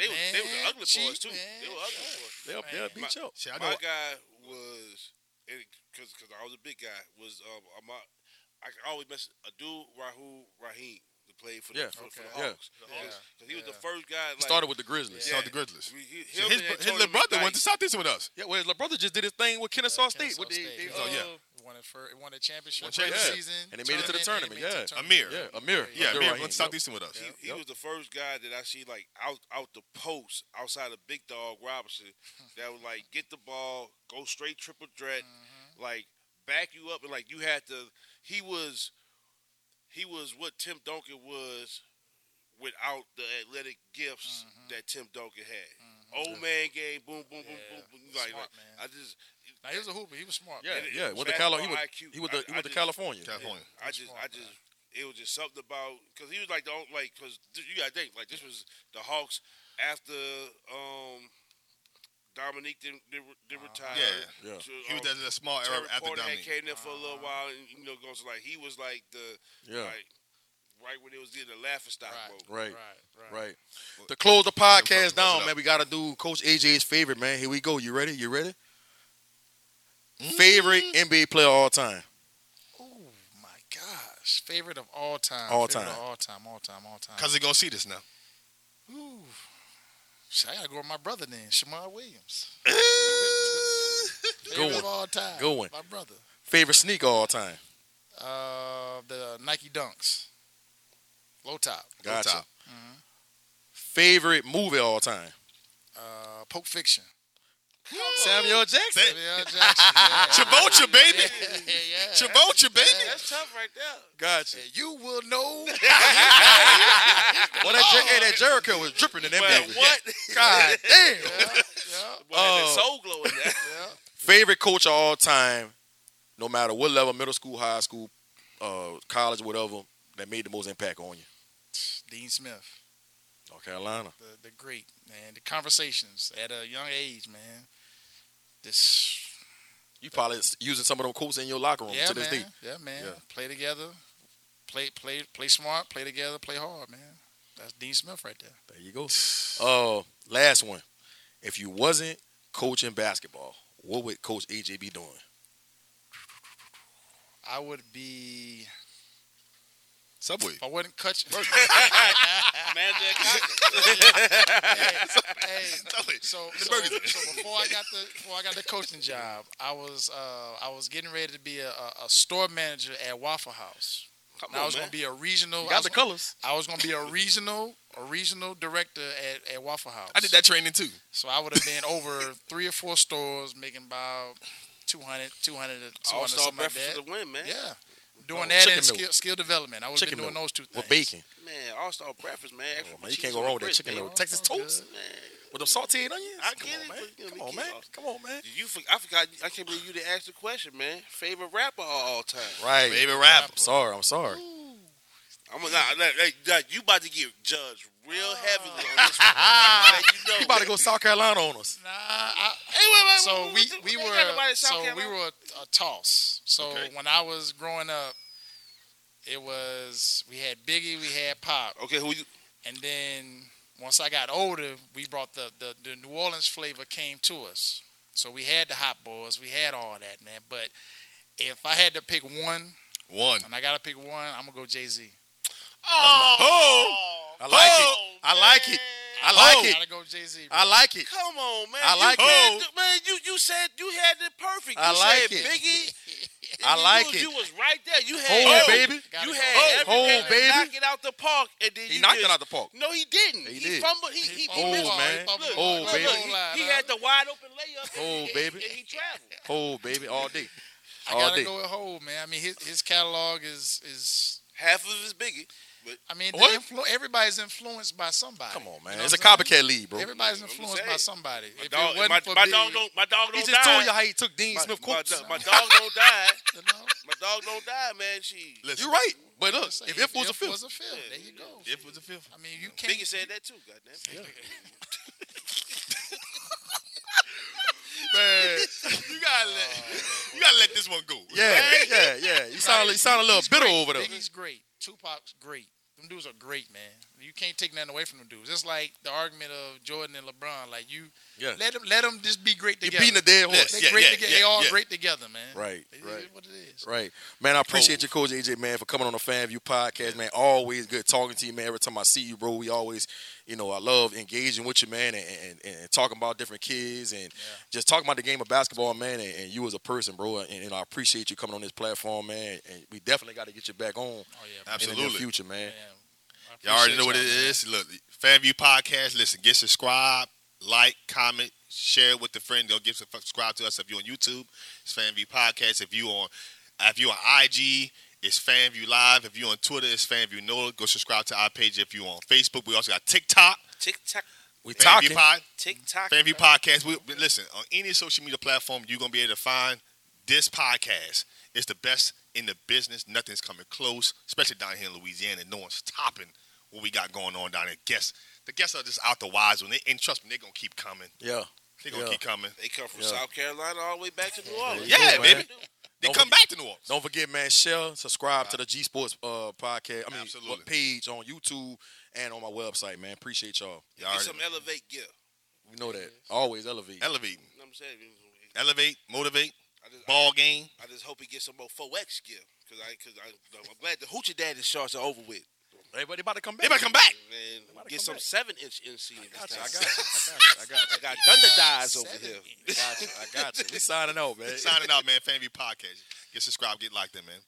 [SPEAKER 4] they, was, they was the
[SPEAKER 1] Man,
[SPEAKER 4] ugly boys
[SPEAKER 1] cheap,
[SPEAKER 4] too.
[SPEAKER 1] man.
[SPEAKER 4] They were ugly boys.
[SPEAKER 3] they'll,
[SPEAKER 1] Man.
[SPEAKER 3] they'll beat you. up.
[SPEAKER 2] Shit, I know
[SPEAKER 4] My guy was, because because I was a big guy was um I'm a, I can always mess Abdul Rahul Rahim that played for the,
[SPEAKER 3] Yeah.
[SPEAKER 4] for,
[SPEAKER 1] Okay.
[SPEAKER 4] for the
[SPEAKER 3] Yeah.
[SPEAKER 4] Hawks. The Hawks.
[SPEAKER 1] Yeah.
[SPEAKER 4] 'Cause he was the
[SPEAKER 1] Yeah.
[SPEAKER 4] first guy. Like,
[SPEAKER 3] He started with the Grizzlies.
[SPEAKER 2] Saw
[SPEAKER 3] Yeah,
[SPEAKER 4] Yeah.
[SPEAKER 2] the Grizzlies.
[SPEAKER 4] we- he-
[SPEAKER 2] So
[SPEAKER 4] him
[SPEAKER 2] his
[SPEAKER 4] and
[SPEAKER 2] his
[SPEAKER 4] Tony
[SPEAKER 2] little brother
[SPEAKER 4] McKnight.
[SPEAKER 2] went to Southeastern with us.
[SPEAKER 3] well, his little brother just did his thing with Uh, Kennesaw State. With the, they,
[SPEAKER 1] oh,
[SPEAKER 2] Oh, yeah.
[SPEAKER 4] um,
[SPEAKER 1] yeah. Won it, for, won a championship
[SPEAKER 2] Won a
[SPEAKER 1] regular
[SPEAKER 2] championship.
[SPEAKER 1] season.
[SPEAKER 3] And they made it to the tournament,
[SPEAKER 1] and they made it
[SPEAKER 2] Amir.
[SPEAKER 1] to the
[SPEAKER 3] yeah,
[SPEAKER 1] tournament.
[SPEAKER 3] Amir.
[SPEAKER 2] Yeah,
[SPEAKER 3] Abdul
[SPEAKER 2] man,
[SPEAKER 3] Rahim.
[SPEAKER 2] went to Southeastern with us.
[SPEAKER 4] He, he
[SPEAKER 3] Yep.
[SPEAKER 4] was the first guy that I see like out out the post outside of Big Dog
[SPEAKER 3] *laughs*
[SPEAKER 4] Robinson that would like get the ball, go straight triple threat,
[SPEAKER 3] Mm-hmm.
[SPEAKER 4] like back you up and like you had to. He was he was what Tim Duncan was without the athletic gifts
[SPEAKER 3] Mm-hmm.
[SPEAKER 4] that Tim Duncan had. Old man game, boom, boom, boom,
[SPEAKER 1] Yeah.
[SPEAKER 4] boom, boom. Like,
[SPEAKER 1] Smart
[SPEAKER 4] like,
[SPEAKER 1] man.
[SPEAKER 4] I just
[SPEAKER 1] Now he was a hooper. He was smart.
[SPEAKER 3] Yeah,
[SPEAKER 1] man.
[SPEAKER 4] And it-
[SPEAKER 3] yeah.
[SPEAKER 4] it
[SPEAKER 3] With
[SPEAKER 4] was
[SPEAKER 3] the Cali- he
[SPEAKER 4] basketball
[SPEAKER 3] was,
[SPEAKER 4] IQ.
[SPEAKER 3] he was the, he
[SPEAKER 4] I- I
[SPEAKER 3] was the
[SPEAKER 4] just-
[SPEAKER 3] California.
[SPEAKER 2] California.
[SPEAKER 4] I just, I just, it was just something about because he was like the only like because you gotta think like this was the Hawks after um Dominique didn't did, did retire.
[SPEAKER 2] Yeah.
[SPEAKER 3] Yeah.
[SPEAKER 4] To,
[SPEAKER 2] He was that
[SPEAKER 4] um,
[SPEAKER 2] that small
[SPEAKER 4] Terry
[SPEAKER 2] era after
[SPEAKER 4] Porter had
[SPEAKER 2] Dominique.
[SPEAKER 4] came there for a little while and you know goes like he was like the
[SPEAKER 3] Yeah,
[SPEAKER 4] like right when it was getting the laughing stock
[SPEAKER 1] Right.
[SPEAKER 4] mode.
[SPEAKER 3] right,
[SPEAKER 1] Right, right.
[SPEAKER 3] right. To close the podcast
[SPEAKER 2] Close it
[SPEAKER 3] down,
[SPEAKER 2] up.
[SPEAKER 3] man, we gotta do Coach AJ's favorite man. Here we go. You ready? You ready? Mm-hmm. Favorite NBA player of all time.
[SPEAKER 1] Oh my gosh, favorite of all time.
[SPEAKER 3] All
[SPEAKER 1] Favorite
[SPEAKER 3] time.
[SPEAKER 1] of all time. All time. All time.
[SPEAKER 2] Cause they're gonna see this now.
[SPEAKER 1] Ooh. Shit, I gotta go with my brother then, Shamar Williams.
[SPEAKER 2] Uh,
[SPEAKER 1] Favorite
[SPEAKER 3] Good
[SPEAKER 1] of all time.
[SPEAKER 3] Good one.
[SPEAKER 1] My brother.
[SPEAKER 3] Favorite sneaker of all time.
[SPEAKER 1] Uh, the Nike Dunks. Low top.
[SPEAKER 3] Gotcha.
[SPEAKER 2] top.
[SPEAKER 3] Favorite movie of all time.
[SPEAKER 1] Uh, Pope Fiction.
[SPEAKER 3] Samuel Jackson.
[SPEAKER 1] Samuel Jackson. Yeah.
[SPEAKER 2] Chibocha,
[SPEAKER 3] *laughs*
[SPEAKER 2] baby.
[SPEAKER 1] Yeah, yeah.
[SPEAKER 2] Chibocha, baby.
[SPEAKER 4] That's tough right *laughs* there.
[SPEAKER 3] Gotcha.
[SPEAKER 1] You will
[SPEAKER 4] *laughs*
[SPEAKER 1] know.
[SPEAKER 3] Well, that, Jer- hey, that Jericho was dripping in that
[SPEAKER 4] Well,
[SPEAKER 3] movie.
[SPEAKER 4] what? *laughs*
[SPEAKER 3] God damn.
[SPEAKER 1] yeah, yeah,
[SPEAKER 4] Well,
[SPEAKER 3] Oh.
[SPEAKER 4] the soul glow in that.
[SPEAKER 1] yeah.
[SPEAKER 3] Favorite coach of all time, no matter what level, middle school, high school, uh, college, whatever, that made the most impact on you.
[SPEAKER 1] *laughs* Dean Smith.
[SPEAKER 3] North Carolina.
[SPEAKER 1] the, the great man, the conversations at a young age, man. This
[SPEAKER 3] You probably s- using some of them quotes in your locker room
[SPEAKER 1] yeah,
[SPEAKER 3] to this
[SPEAKER 1] man.
[SPEAKER 3] day.
[SPEAKER 1] yeah, man.
[SPEAKER 3] Yeah.
[SPEAKER 1] Play together, play play play smart, play together, play hard, man. That's Dean Smith right there.
[SPEAKER 3] There you go. Uh, last one. If you wasn't coaching basketball, what would Coach AJ be doing?
[SPEAKER 1] I would be.
[SPEAKER 2] Subway.
[SPEAKER 1] If I wasn't *laughs* coaching.
[SPEAKER 4] *laughs* Man, that cock-
[SPEAKER 1] hey,
[SPEAKER 2] Subway.
[SPEAKER 3] *laughs*
[SPEAKER 1] so,
[SPEAKER 2] The
[SPEAKER 1] so,
[SPEAKER 2] burgers.
[SPEAKER 1] so before I got the before I got the coaching job, I was uh, I was getting ready to be a, a, a store manager at Waffle House.
[SPEAKER 4] Come
[SPEAKER 1] And I
[SPEAKER 4] on,
[SPEAKER 1] was
[SPEAKER 4] man.
[SPEAKER 1] gonna be a regional. I
[SPEAKER 3] Got
[SPEAKER 1] was
[SPEAKER 3] the colors.
[SPEAKER 1] I was gonna be a regional, a regional director at, at Waffle House.
[SPEAKER 2] I did that training too.
[SPEAKER 1] So I would have been over three or four stores, making about 200, 200, to 200
[SPEAKER 4] All star
[SPEAKER 1] something like
[SPEAKER 4] breakfast
[SPEAKER 1] that.
[SPEAKER 4] to win, man.
[SPEAKER 1] Yeah,
[SPEAKER 3] Oh,
[SPEAKER 1] doing that
[SPEAKER 3] chicken
[SPEAKER 1] and
[SPEAKER 3] milk.
[SPEAKER 1] skill, skill development. I would have
[SPEAKER 3] Chicken
[SPEAKER 1] been doing
[SPEAKER 3] milk.
[SPEAKER 1] those two things.
[SPEAKER 3] With bacon.
[SPEAKER 4] Man, all star breakfast, man.
[SPEAKER 3] Oh,
[SPEAKER 4] Extra
[SPEAKER 3] man, you
[SPEAKER 4] cheese
[SPEAKER 3] can't
[SPEAKER 4] on
[SPEAKER 3] go
[SPEAKER 4] the
[SPEAKER 3] wrong with that
[SPEAKER 4] grits,
[SPEAKER 3] chicken
[SPEAKER 4] man.
[SPEAKER 3] little Texas
[SPEAKER 1] Oh,
[SPEAKER 3] toast
[SPEAKER 4] Man,
[SPEAKER 3] with them sauteed onions.
[SPEAKER 4] I
[SPEAKER 3] Come
[SPEAKER 4] get
[SPEAKER 3] on,
[SPEAKER 4] it,
[SPEAKER 3] man.
[SPEAKER 4] but, you know,
[SPEAKER 3] Come
[SPEAKER 4] we
[SPEAKER 3] on,
[SPEAKER 4] keep
[SPEAKER 3] man.
[SPEAKER 4] off.
[SPEAKER 3] Come on, man.
[SPEAKER 4] Did you? For, I forgot. I can't believe you didn't ask the question, man. Favorite rapper of all time.
[SPEAKER 3] Right.
[SPEAKER 2] Baby rap.
[SPEAKER 3] I'm sorry. I'm sorry.
[SPEAKER 4] I'm gonna. Nah, nah, nah, nah, you about to get judged real heavily on this one.
[SPEAKER 2] Ah.
[SPEAKER 4] Like, you know,
[SPEAKER 3] *laughs* You about to go South Carolina on us.
[SPEAKER 1] Nah, I,
[SPEAKER 4] Hey, wait, wait,
[SPEAKER 1] so
[SPEAKER 4] wait,
[SPEAKER 1] we
[SPEAKER 4] wait,
[SPEAKER 1] we
[SPEAKER 4] they
[SPEAKER 1] were
[SPEAKER 4] got nobody in South
[SPEAKER 1] so we
[SPEAKER 4] Carolina?
[SPEAKER 1] were a, a toss. So
[SPEAKER 2] Okay.
[SPEAKER 1] when I was growing up, it was we had Biggie, we had Pop,
[SPEAKER 4] Okay, who you?
[SPEAKER 1] and then once I got older, we brought the the, the New Orleans flavor came to us. So we had the hot boys, we had all that, man. But if I had to pick one,
[SPEAKER 2] One.
[SPEAKER 1] and I gotta pick one, I'm gonna go Jay Z.
[SPEAKER 4] Oh,
[SPEAKER 3] I like it.
[SPEAKER 4] oh,
[SPEAKER 3] I like it. I
[SPEAKER 1] I
[SPEAKER 3] like it.
[SPEAKER 1] gotta go Jay Z.
[SPEAKER 3] I like it.
[SPEAKER 4] Come on, man.
[SPEAKER 3] I
[SPEAKER 4] You
[SPEAKER 3] like it.
[SPEAKER 4] had the- man, you you said you had it perfect. You
[SPEAKER 3] I like it.
[SPEAKER 4] said Biggie.
[SPEAKER 3] *laughs* I
[SPEAKER 4] you
[SPEAKER 3] like
[SPEAKER 4] was-
[SPEAKER 3] it.
[SPEAKER 4] You was right there. You had
[SPEAKER 3] Hold,
[SPEAKER 4] oh,
[SPEAKER 3] baby.
[SPEAKER 4] You
[SPEAKER 1] Gotta
[SPEAKER 4] had
[SPEAKER 1] go. Oh,
[SPEAKER 4] every
[SPEAKER 3] Hold,
[SPEAKER 4] man to
[SPEAKER 3] baby.
[SPEAKER 4] knock it out the park, and then
[SPEAKER 3] He
[SPEAKER 4] you
[SPEAKER 3] knocked
[SPEAKER 4] just,
[SPEAKER 3] it out the park.
[SPEAKER 4] No, he didn't.
[SPEAKER 3] He
[SPEAKER 4] He,
[SPEAKER 3] did.
[SPEAKER 4] fumbled. He, he,
[SPEAKER 1] fumbled
[SPEAKER 4] missed
[SPEAKER 1] the
[SPEAKER 3] Oh,
[SPEAKER 1] ball,
[SPEAKER 3] man.
[SPEAKER 1] he fumbled the
[SPEAKER 4] Look,
[SPEAKER 1] ball.
[SPEAKER 3] Oh,
[SPEAKER 4] look,
[SPEAKER 3] baby.
[SPEAKER 4] look,
[SPEAKER 1] Goal line,
[SPEAKER 4] He, he
[SPEAKER 1] huh?
[SPEAKER 4] had the wide open layup.
[SPEAKER 3] Oh,
[SPEAKER 4] and, and-
[SPEAKER 3] baby.
[SPEAKER 4] And he traveled.
[SPEAKER 3] Oh, baby, all day.
[SPEAKER 1] I
[SPEAKER 3] All
[SPEAKER 1] gotta
[SPEAKER 3] day.
[SPEAKER 1] go with Hov, man. I mean, his his catalog is is.
[SPEAKER 4] Half of his Biggie.
[SPEAKER 1] I mean, the
[SPEAKER 3] What?
[SPEAKER 1] influ- everybody's influenced by somebody.
[SPEAKER 3] Come on,
[SPEAKER 1] You
[SPEAKER 3] man.
[SPEAKER 1] know
[SPEAKER 3] It's a
[SPEAKER 1] what I'm
[SPEAKER 3] copycat lead, bro.
[SPEAKER 1] saying? Everybody's
[SPEAKER 4] I'm just
[SPEAKER 1] influenced by
[SPEAKER 4] saying.
[SPEAKER 1] somebody.
[SPEAKER 3] *laughs*
[SPEAKER 4] My
[SPEAKER 1] if
[SPEAKER 4] dog,
[SPEAKER 1] it wasn't
[SPEAKER 4] my,
[SPEAKER 1] for
[SPEAKER 4] my
[SPEAKER 1] Big,
[SPEAKER 4] dog don't. My dog
[SPEAKER 3] He
[SPEAKER 4] don't
[SPEAKER 3] just
[SPEAKER 4] die.
[SPEAKER 3] told you how he took Dean
[SPEAKER 4] my,
[SPEAKER 3] Smith
[SPEAKER 4] my,
[SPEAKER 3] quotes.
[SPEAKER 4] do- my dog don't die.
[SPEAKER 1] you know,
[SPEAKER 4] My dog don't die, man. She.
[SPEAKER 2] Listen.
[SPEAKER 3] You're right. But
[SPEAKER 1] I'm
[SPEAKER 3] look,
[SPEAKER 1] just
[SPEAKER 3] if
[SPEAKER 1] saying,
[SPEAKER 3] it was a
[SPEAKER 1] If
[SPEAKER 3] fifth,
[SPEAKER 1] was a film, there you go.
[SPEAKER 2] If it was a fifth.
[SPEAKER 1] I mean, you can't.
[SPEAKER 4] Biggie said that too. Goddamn.
[SPEAKER 2] *laughs*
[SPEAKER 3] man.
[SPEAKER 2] You gotta let you gotta let this one go.
[SPEAKER 3] Yeah, yeah, yeah. You sound, you sound a little bitter over there.
[SPEAKER 1] Biggie's great. Tupac's great. Them dudes are great, man. You can't take nothing away from them dudes. It's like the argument of Jordan and LeBron. Like you,
[SPEAKER 3] Yeah.
[SPEAKER 1] let them, let them just be great
[SPEAKER 3] You're
[SPEAKER 1] together.
[SPEAKER 3] beating a dead
[SPEAKER 2] Yes,
[SPEAKER 3] horse.
[SPEAKER 1] They're
[SPEAKER 2] yeah,
[SPEAKER 1] great
[SPEAKER 2] yeah,
[SPEAKER 1] together.
[SPEAKER 2] yeah,
[SPEAKER 1] they all
[SPEAKER 2] yeah.
[SPEAKER 1] great together, man.
[SPEAKER 3] Right,
[SPEAKER 1] It is
[SPEAKER 3] right.
[SPEAKER 1] what it is.
[SPEAKER 3] Right. Man, I appreciate you, Coach AJ, man, for coming on the Fan View podcast, man. Always good talking to you, man. Every time I see you, bro, we always, you know, I love engaging with you, man, and, and, and, and talking about different kids and just talking about the game of basketball, man, and, and you as a person, bro. And, and I appreciate you coming on this platform, man. And we definitely got to get you back on
[SPEAKER 1] Oh yeah,
[SPEAKER 3] in the near
[SPEAKER 2] Absolutely.
[SPEAKER 3] future, man.
[SPEAKER 2] Y'all already know what it is. Look, FanView Podcast. Listen, get subscribed, like, comment, share it with a friend. Go get subscribe to us if you're on YouTube. It's FanView Podcast. If you on if you on IG, it's FanView Live. If you on Twitter, it's FanView Nola. Go subscribe to our page if you on Facebook. We also got TikTok.
[SPEAKER 4] Tic Tac.
[SPEAKER 3] We
[SPEAKER 2] Family
[SPEAKER 3] talking.
[SPEAKER 2] Pod,
[SPEAKER 4] TikTok.
[SPEAKER 2] Family Podcast. We we- listen on any social media platform. You're gonna be able to find this podcast. It's the best in the business. Nothing's coming close, especially down here in Louisiana. No one's topping what we got going on down there. Guests, the guests are just out the wise one. They, and trust me, they're gonna keep coming.
[SPEAKER 3] Yeah.
[SPEAKER 2] They're gonna
[SPEAKER 3] Yeah.
[SPEAKER 2] keep coming.
[SPEAKER 4] They come from
[SPEAKER 3] Yeah.
[SPEAKER 4] South Carolina all the way back to New Orleans.
[SPEAKER 3] you
[SPEAKER 2] Yeah,
[SPEAKER 3] go, man.
[SPEAKER 2] baby. They
[SPEAKER 3] Don't
[SPEAKER 2] come back to New Orleans.
[SPEAKER 3] Don't forget, man, share, subscribe to the G Sports uh, podcast. I mean,
[SPEAKER 2] Absolutely.
[SPEAKER 3] what page on YouTube and on my website, man. Appreciate y'all.
[SPEAKER 2] You
[SPEAKER 4] Get
[SPEAKER 2] already
[SPEAKER 4] some elevate gear.
[SPEAKER 3] We know that. Always elevate.
[SPEAKER 2] elevate,
[SPEAKER 4] You know what I'm saying?
[SPEAKER 2] elevate, motivate,
[SPEAKER 4] I just,
[SPEAKER 2] ball game.
[SPEAKER 4] I just hope he gets some more 4X gear. Cause I, cause I, I'm glad the Hoochie Daddy shorts are over with.
[SPEAKER 3] Everybody about to come back.
[SPEAKER 2] They better come back.
[SPEAKER 4] Man,
[SPEAKER 3] Might
[SPEAKER 4] get
[SPEAKER 3] come
[SPEAKER 4] some
[SPEAKER 3] back.
[SPEAKER 4] seven inch NC.
[SPEAKER 3] I got you. I got you. I got you.
[SPEAKER 4] I got Thunder Thighs over
[SPEAKER 1] Seven
[SPEAKER 4] here.
[SPEAKER 1] inch.
[SPEAKER 3] I got you. I got you. I got you. We signing out, man.
[SPEAKER 2] Signing out, man. Family Podcast. Get subscribed. Get locked in, man.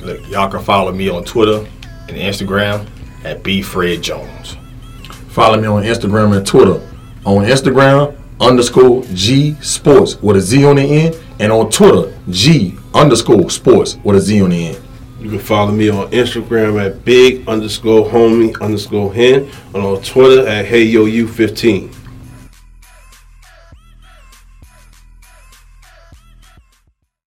[SPEAKER 5] Look, y'all can follow me on Twitter and Instagram at bfredjones.
[SPEAKER 6] Follow me on Instagram and Twitter. On Instagram, underscore G Sports with a Z on the end. And on Twitter, G underscore sports with a Z on the end.
[SPEAKER 7] You can follow me on Instagram at big underscore homie underscore hen and on Twitter at hey yo you 15.